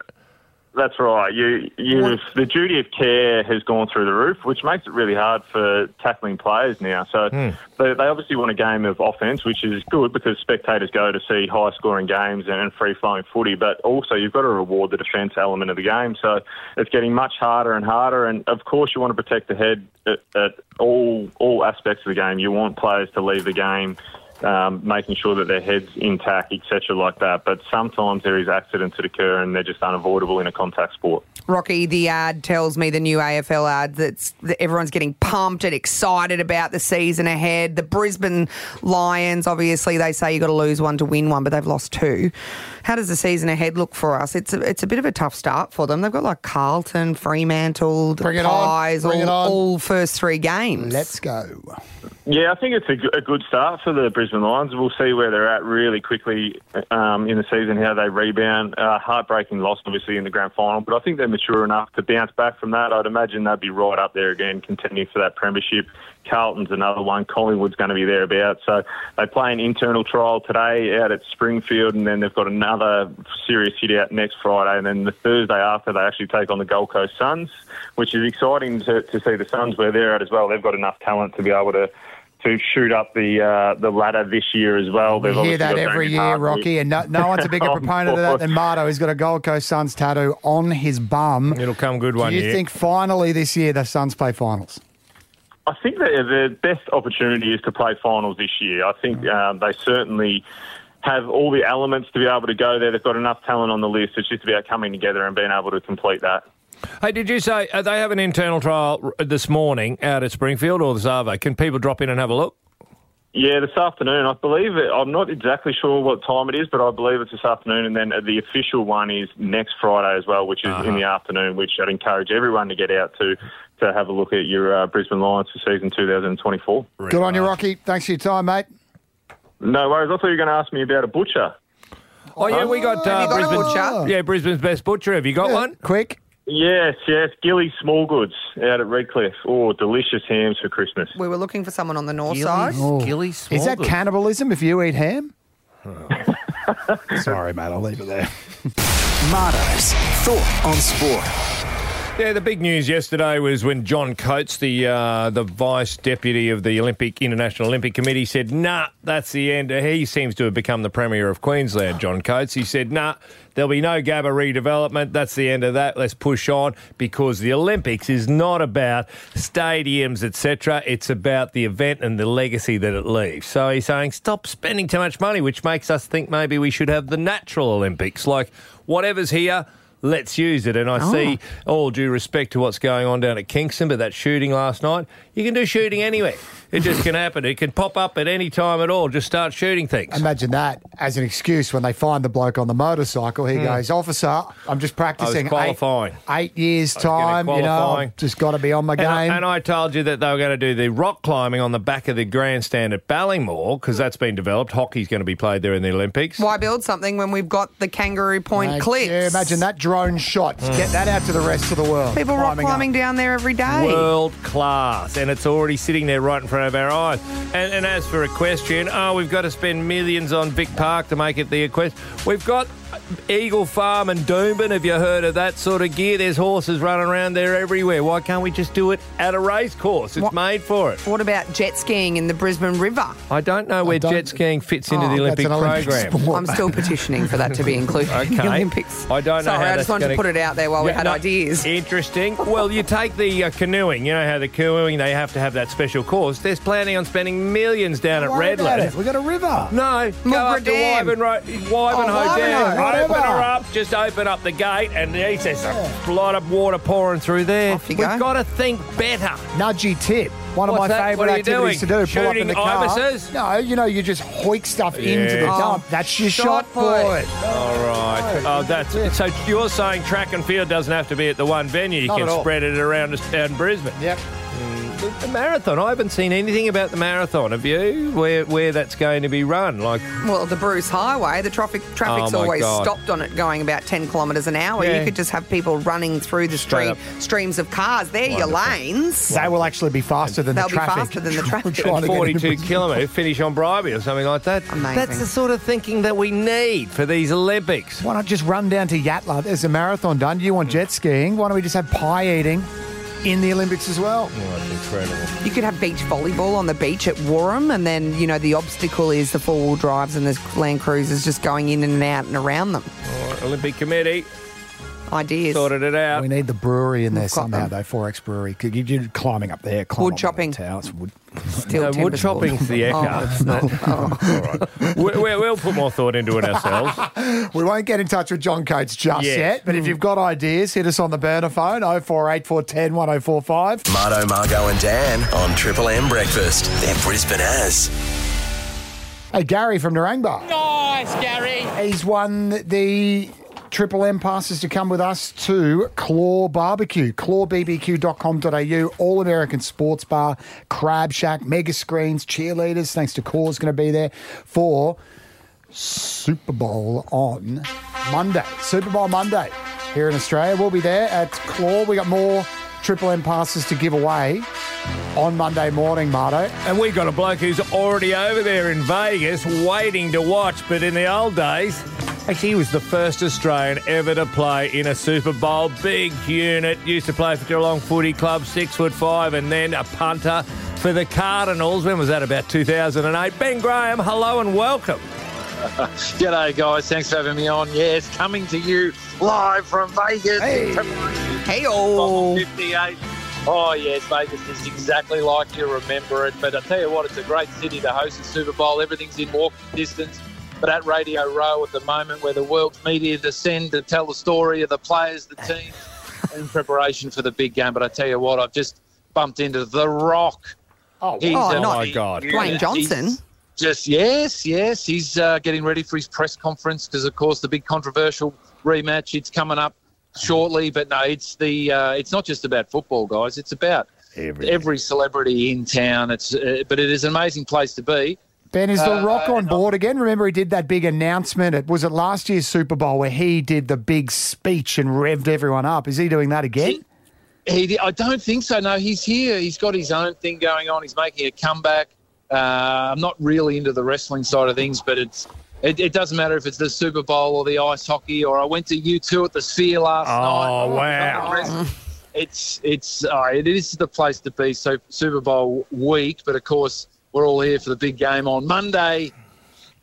Speaker 5: That's right. You, you, the duty of care has gone through the roof, which makes it really hard for tackling players now. So they, they obviously want a game of offense, which is good because spectators go to see high scoring games and free flowing footy. But also, you've got to reward the defence element of the game. So it's getting much harder and harder. And of course, you want to protect the head at, at all all aspects of the game. You want players to leave the game um, making sure that their head's intact, etc., like that. But sometimes there is accidents that occur and they're just unavoidable in a contact sport.
Speaker 4: Rocky, the ad tells me the new AFL ad that's, that everyone's getting pumped and excited about the season ahead. The Brisbane Lions, obviously, they say you've got to lose one to win one, but they've lost two. How does the season ahead look for us? It's a, it's a bit of a tough start for them. They've got like Carlton, Fremantle, the
Speaker 2: Bring it on.
Speaker 4: Pies,
Speaker 2: Bring it
Speaker 4: all,
Speaker 2: on.
Speaker 4: all first three games.
Speaker 2: Let's go.
Speaker 5: Yeah, I think it's a, g- a good start for the Brisbane Lions. We'll see where they're at really quickly um, in the season, how they rebound. Uh, heartbreaking loss, obviously, in the grand final, but I think they're mature enough to bounce back from that. I'd imagine they'd be right up there again, contending for that premiership. Carlton's another one. Collingwood's going to be thereabout. So they play an internal trial today out at Springfield, and then they've got another serious hit out next Friday. And then the Thursday after, they actually take on the Gold Coast Suns, which is exciting to, to see the Suns where they're at as well. They've got enough talent to be able to to shoot up the uh, the ladder this year as well.
Speaker 2: We
Speaker 5: They've
Speaker 2: hear
Speaker 5: obviously
Speaker 2: that
Speaker 5: got
Speaker 2: every
Speaker 5: Damien
Speaker 2: year,
Speaker 5: Hartley.
Speaker 2: Rocky, and no, no one's a bigger
Speaker 5: On
Speaker 2: proponent of that
Speaker 5: board.
Speaker 2: than Marto. He's got a Gold Coast Suns tattoo on his bum. It'll
Speaker 3: come good
Speaker 5: one
Speaker 2: Do you
Speaker 5: year.
Speaker 2: think finally this year the Suns play finals?
Speaker 5: I think that the best opportunity is to play finals this year. I think um, they certainly have all the elements to be able to go there. They've got enough talent on the list. It's just about coming together and being able to complete that.
Speaker 3: Hey, did you say uh, they have an internal trial r- uh, this morning out at Springfield or the Zavo? Can people drop in and have a look?
Speaker 5: Yeah, this afternoon. I believe it. I'm not exactly sure what time it is, but I believe it's this afternoon. And then the official one is next Friday as well, which is in the afternoon. Which I'd encourage everyone to get out to to have a look at your uh, Brisbane Lions for season 2024.
Speaker 2: Good on you, Rocky. Thanks for your time, mate.
Speaker 5: No worries. I thought you were going to ask me about a butcher.
Speaker 3: Oh, yeah, we got, uh, Brisbane's, Yeah, Brisbane's best butcher. Have you got one?
Speaker 2: Quick.
Speaker 5: Yes, yes. Gilly Smallgoods out at Redcliffe. Oh, delicious hams for Christmas.
Speaker 4: We were looking for someone on the north side.
Speaker 2: Is that cannibalism if you eat ham? Sorry, mate. I'll leave it there.
Speaker 6: Marto's thought on sport.
Speaker 3: Yeah, the big news yesterday was when John Coates, the uh, the vice deputy of the Olympic International Olympic Committee, said, "Nah, that's the end." He seems to have become the premier of Queensland. John Coates, he said, "Nah, there'll be no Gabba redevelopment. That's the end of that. Let's push on because the Olympics is not about stadiums, etc. It's about the event and the legacy that it leaves." So he's saying, "Stop spending too much money," which makes us think maybe we should have the natural Olympics, like whatever's here. Let's use it. And I
Speaker 8: Oh.
Speaker 3: see all due respect to what's going on down at Kingston, but that shooting last night, you can do shooting anywhere. It just can happen. It can pop up at any time at all. Just start shooting things.
Speaker 2: Imagine that as an excuse when they find the bloke on the motorcycle. He
Speaker 3: Hmm.
Speaker 2: goes, Officer, I'm just practicing. eight-
Speaker 3: qualifying.
Speaker 2: Eight, years'
Speaker 3: I was gonna
Speaker 2: time. You know,
Speaker 3: qualifying.
Speaker 2: I've just got to be on my
Speaker 3: And I,
Speaker 2: game.
Speaker 3: and I told you that they were going to do the rock climbing on the back of the grandstand at Ballymore because that's been developed. Hockey's going to be played there in the Olympics.
Speaker 4: Why build something when we've got the Kangaroo Point
Speaker 2: Mate,
Speaker 4: cliffs?
Speaker 2: Yeah, imagine that drone shot.
Speaker 3: Mm.
Speaker 2: Get that out to the rest of the world.
Speaker 4: People rock
Speaker 2: up.
Speaker 4: climbing down there every day.
Speaker 3: World class, and it's already sitting there right in front of our eyes. And, and as for equestrian, oh, we've got to spend millions on Vic Park to make it the equestrian. We've got Eagle Farm and Doomben. Have you heard of that sort of gear? There's horses running around there everywhere. Why can't we just do it at a race course? It's made for it.
Speaker 4: What about jet skiing in the Brisbane River?
Speaker 3: I don't know where jet skiing fits into
Speaker 4: Oh,
Speaker 3: the Olympic
Speaker 4: that's an Olympic
Speaker 3: program.
Speaker 4: sport. I'm still petitioning for that to be included in the
Speaker 3: Okay.
Speaker 4: Olympics.
Speaker 3: I don't know.
Speaker 4: Sorry,
Speaker 3: how
Speaker 4: I
Speaker 3: that's
Speaker 4: just wanted to
Speaker 3: gonna-
Speaker 4: put it out there while we
Speaker 3: Yeah,
Speaker 4: had
Speaker 3: no,
Speaker 4: ideas.
Speaker 3: Interesting. Well, you take the uh, canoeing. You know how the canoeing they have to have that special course. They're planning on spending millions down at
Speaker 2: Don't worry about
Speaker 3: Redland.
Speaker 2: it. We got a river.
Speaker 3: No, go up to Wivenhoe,
Speaker 2: Oh,
Speaker 3: Wivenhoe Dam. Open her up. Just open up the gate, and he says a lot of water pouring through there. We've got to think better.
Speaker 2: Nudgy tip. One
Speaker 3: What's
Speaker 2: of my
Speaker 3: that?
Speaker 2: favourite
Speaker 3: What are you
Speaker 2: activities
Speaker 3: doing?
Speaker 2: to do. Pull up in
Speaker 3: Shooting
Speaker 2: the car.
Speaker 3: ibises?
Speaker 2: No, you know, you just hoik stuff into the
Speaker 3: Yeah.
Speaker 2: dump.
Speaker 3: Oh,
Speaker 2: That's your shot, boy.
Speaker 3: All right. Oh, that's so. You're saying track and field doesn't have to be at the one venue. You
Speaker 2: Not
Speaker 3: can
Speaker 2: at all.
Speaker 3: spread it around down Brisbane.
Speaker 2: Yep.
Speaker 3: The, the marathon. I haven't seen anything about the marathon. Have you? Where where that's going to be run? Like
Speaker 4: Well, the Bruce Highway, the traffic traffic's
Speaker 3: Oh my
Speaker 4: always
Speaker 3: God.
Speaker 4: stopped on it, going about ten kilometres an hour.
Speaker 3: Yeah.
Speaker 4: You could just have people running through the
Speaker 3: Straight
Speaker 4: stream, streams of cars. They're your lanes.
Speaker 2: They will actually be faster than
Speaker 4: They'll
Speaker 2: the
Speaker 4: be
Speaker 2: traffic.
Speaker 4: faster than the traffic.
Speaker 2: Trying to get into
Speaker 3: 42 kilometre finish on Bribey or something like that.
Speaker 4: Amazing.
Speaker 3: That's the sort of thinking that we need for these Olympics.
Speaker 2: Why not just run down to Yatla? There's a marathon done. You want jet skiing? Why don't we just have pie eating in the Olympics as well?
Speaker 3: that's incredible.
Speaker 4: You could have beach volleyball on the beach at Warham, and then you know the obstacle is the four wheel drives and the Land Cruisers just going in and out and around them.
Speaker 3: All right, Olympic Committee.
Speaker 4: ideas.
Speaker 3: Sorted it out.
Speaker 2: We need the brewery in there
Speaker 4: We've got
Speaker 2: somehow,
Speaker 4: them.
Speaker 2: though. Forex Brewery. Could you do climbing up there? Climb
Speaker 4: Wood
Speaker 2: up
Speaker 4: chopping.
Speaker 2: The tower. It's wood.
Speaker 4: Steel
Speaker 3: no, Uh, wood
Speaker 4: timbers.
Speaker 3: chopping's the
Speaker 2: Oh,
Speaker 3: echo.
Speaker 2: it's not.
Speaker 3: we, we, we'll put more thought into it ourselves.
Speaker 2: we won't get in touch with John Coates just
Speaker 3: Yes.
Speaker 2: yet, but if you've got ideas, hit us on the burner phone 048410 1045.
Speaker 1: Marto, Margo, and Dan on Triple M Breakfast. They're Brisbane as.
Speaker 2: Hey, Gary from Narangba.
Speaker 8: Nice, Gary.
Speaker 2: He's won the Triple M passes to come with us to Claw Barbecue, clawbbq.com.au, All American Sports Bar, Crab Shack, Mega Screens, Cheerleaders. Thanks to Claw's going to be there for Super Bowl on Monday. Super Bowl Monday here in Australia. We'll be there at Claw. We got more Triple M passes to give away on Monday morning, Marto.
Speaker 3: And we got a bloke who's already over there in Vegas waiting to watch, but in the old days, actually, he was the first Australian ever to play in a Super Bowl. Big unit, used to play for Geelong Footy Club, six foot five, and then a punter for the Cardinals. When was that? About 2008. Ben Graham, hello and welcome.
Speaker 10: G'day, guys. Thanks for having me on. Yes, coming to you live from Vegas. Hey,
Speaker 4: hey, oh.
Speaker 10: 58. Oh, yes, Vegas is exactly like you remember it. But I tell you what, it's a great city to host the Super Bowl. Everything's in walking distance. But at Radio Row at the moment, where the world's media descend to tell the story of the players, the team, in preparation for the big game. But I tell you what, I've just bumped into The Rock.
Speaker 4: Oh,
Speaker 10: He's
Speaker 4: oh
Speaker 10: a-
Speaker 4: not
Speaker 10: my God.
Speaker 4: Dwayne Johnson.
Speaker 10: Just yes, yes. He's uh, getting ready for his press conference because, of course, the big controversial rematch. It's coming up shortly, but no, it's the. Uh, it's not just about football, guys. It's about every celebrity in town. It's, uh, but it is an amazing place to be.
Speaker 2: Ben, is The
Speaker 10: Uh,
Speaker 2: Rock on board again? Remember, he did that big announcement. It was it last year's Super Bowl where he did the big speech and revved everyone up. Is he doing that again?
Speaker 10: He, I don't think so. No, he's here. He's got his own thing going on. He's making a comeback. Uh, I'm not really into the wrestling side of things, but it's it, it doesn't matter if it's the Super Bowl or the ice hockey. Or I went to U2 at the Sphere last night.
Speaker 3: Oh, wow.
Speaker 10: It's it's uh, it is the place to be. So Super Bowl week, but of course we're all here for the big game on Monday,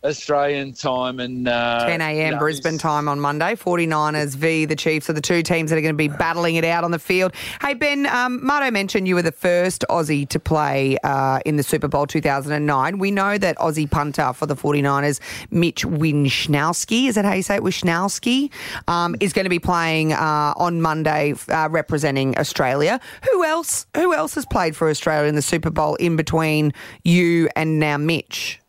Speaker 10: Australian time, and uh,
Speaker 4: 10 a.m.
Speaker 10: you know,
Speaker 4: Brisbane time on Monday. 49ers v. the Chiefs are the two teams that are going to be battling it out on the field. Hey, Ben, um, Marto mentioned you were the first Aussie to play uh, in the Super Bowl 2009. We know that Aussie punter for the 49ers, Mitch Wischnowski, is that how you say it? Wischnowski, um, is going to be playing uh, on Monday uh, representing Australia. Who else? Who else has played for Australia in the Super Bowl in between you and now Mitch?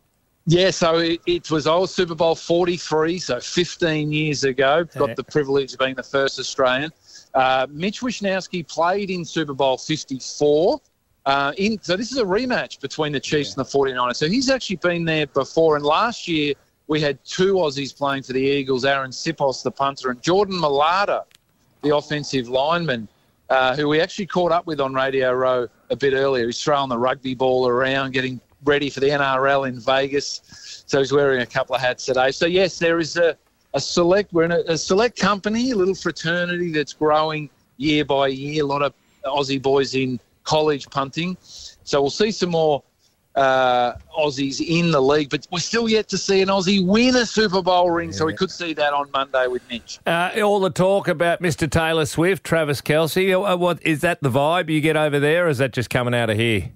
Speaker 10: Yeah, so it, it was old Super Bowl 43, so 15 years ago. Got the privilege of being the first Australian. Uh, Mitch Wishnowski played in Super Bowl 54. Uh, in, so this is a rematch between the Chiefs and the 49ers. So he's actually been there before. And last year we had two Aussies playing for the Eagles, Aaron Sipos, the punter, and Jordan Malata, the offensive lineman, uh, who we actually caught up with on Radio Row a bit earlier. He's throwing the rugby ball around, getting ready for the NRL in Vegas. So he's wearing a couple of hats today. So yes, there is a, a select. We're in a, a select company, a little fraternity that's growing year by year. A lot of Aussie boys in college punting. So we'll see some more uh, Aussies in the league, but we're still yet to see an Aussie win a Super Bowl ring. So we could see that on Monday with Mitch.
Speaker 3: Uh, all the talk about Mr. Taylor Swift, Travis Kelsey. Uh, What is that? The vibe you get over there, or is that just coming out of here?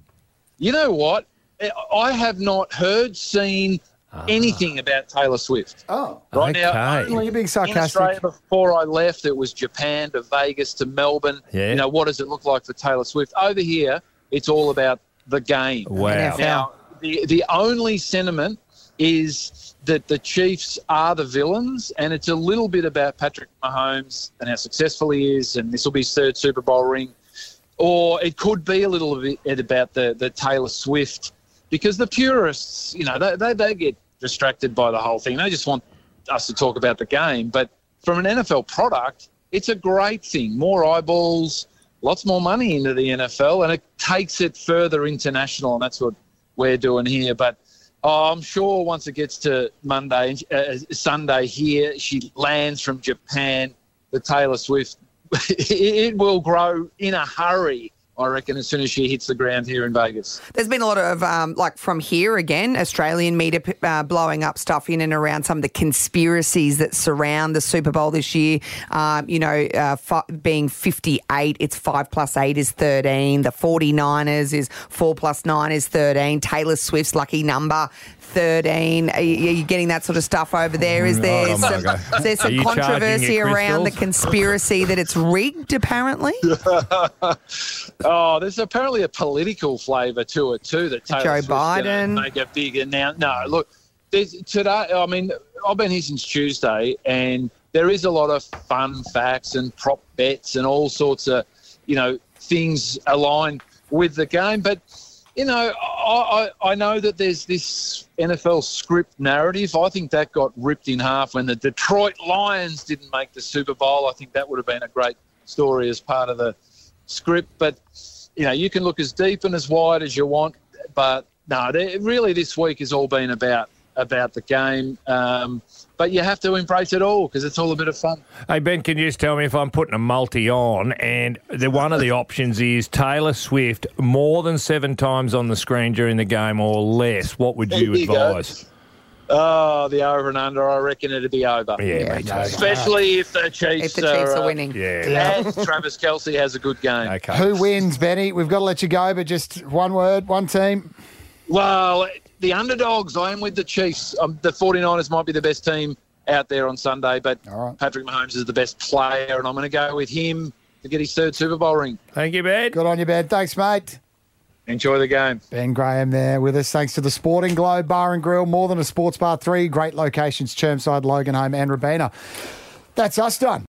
Speaker 10: You know what? I have not heard, seen anything about Taylor Swift.
Speaker 2: Oh,
Speaker 10: right now,
Speaker 2: Okay. Well, you're being
Speaker 10: in
Speaker 2: sarcastic.
Speaker 10: Australia, before I left, it was Japan to Vegas to Melbourne.
Speaker 2: Yeah.
Speaker 10: You know, what does it look like for Taylor Swift? Over here, it's all about the game.
Speaker 3: Wow.
Speaker 10: Now, the, the only sentiment is that the Chiefs are the villains, and it's a little bit about Patrick Mahomes and how successful he is, and this will be his third Super Bowl ring. Or it could be a little bit about the, the Taylor Swift, because the purists, you know, they, they, they get distracted by the whole thing. They just want us to talk about the game. But from an NFL product, it's a great thing. More eyeballs, lots more money into the NFL, and it takes it further international, and that's what we're doing here. But oh, I'm sure once it gets to Monday, uh, Sunday here, she lands from Japan, the Taylor Swift, it, it will grow in a hurry I reckon as soon as she hits the ground here in Vegas.
Speaker 4: There's been a lot of, um, like, from here again, Australian media p- uh, blowing up stuff in and around some of the conspiracies that surround the Super Bowl this year. Um, you know, uh, fi- being 58, it's 5 plus 8 is 13. The 49ers is 4 plus 9 is 13. Taylor Swift's lucky number. 13 are you, are you getting that sort of stuff over there is
Speaker 3: Mm,
Speaker 4: there
Speaker 3: hold on,
Speaker 4: some,
Speaker 3: Margo.
Speaker 4: there's
Speaker 3: Are
Speaker 4: some
Speaker 3: you charging your
Speaker 4: controversy around the
Speaker 10: crystals?
Speaker 4: conspiracy that it's rigged apparently
Speaker 10: oh, there's apparently a political flavour to it too. That Taylor
Speaker 4: Joe
Speaker 10: Swift's gonna
Speaker 4: Biden.
Speaker 10: make a big announcement. No, look, there's, today. I mean, I've been here since Tuesday, and there is a lot of fun facts and prop bets and all sorts of, you know, things aligned with the game. But you know, I, I, I know that there's this NFL script narrative. I think that got ripped in half when the Detroit Lions didn't make the Super Bowl. I think that would have been a great story as part of the script. But, you know, you can look as deep and as wide as you want. But no, they- really, this week has all been about about the game. Um, but you have to embrace it all because it's all a bit of fun.
Speaker 3: Hey Ben, can you just tell me if I'm putting a multi on? And the one of the options is Taylor Swift more than seven times on the screen during the game or less. What would
Speaker 10: There
Speaker 3: you
Speaker 10: you go.
Speaker 3: advise?
Speaker 10: Oh, the over and under, I reckon it'd be over.
Speaker 3: Yeah, me too.
Speaker 10: Especially if the Chiefs,
Speaker 3: If the Chiefs are
Speaker 10: uh,
Speaker 3: winning. Yeah.
Speaker 10: and Travis Kelsey has a good game. Okay.
Speaker 2: Who wins, Benny? We've got to let you go, but just one word, one team.
Speaker 10: Well, the underdogs, I am with the Chiefs. Um, the 49ers might be the best team out there on Sunday, but Patrick Mahomes is the best player, and I'm going to go with him to get his third Super Bowl ring.
Speaker 3: Thank you, Ben.
Speaker 2: Good on you, Ben. Thanks, mate.
Speaker 10: Enjoy the game.
Speaker 2: Ben Graham there with us. Thanks to the Sporting Globe Bar and Grill, more than a sports bar, three great locations: Chermside, Loganholme, and Rabina. That's us done.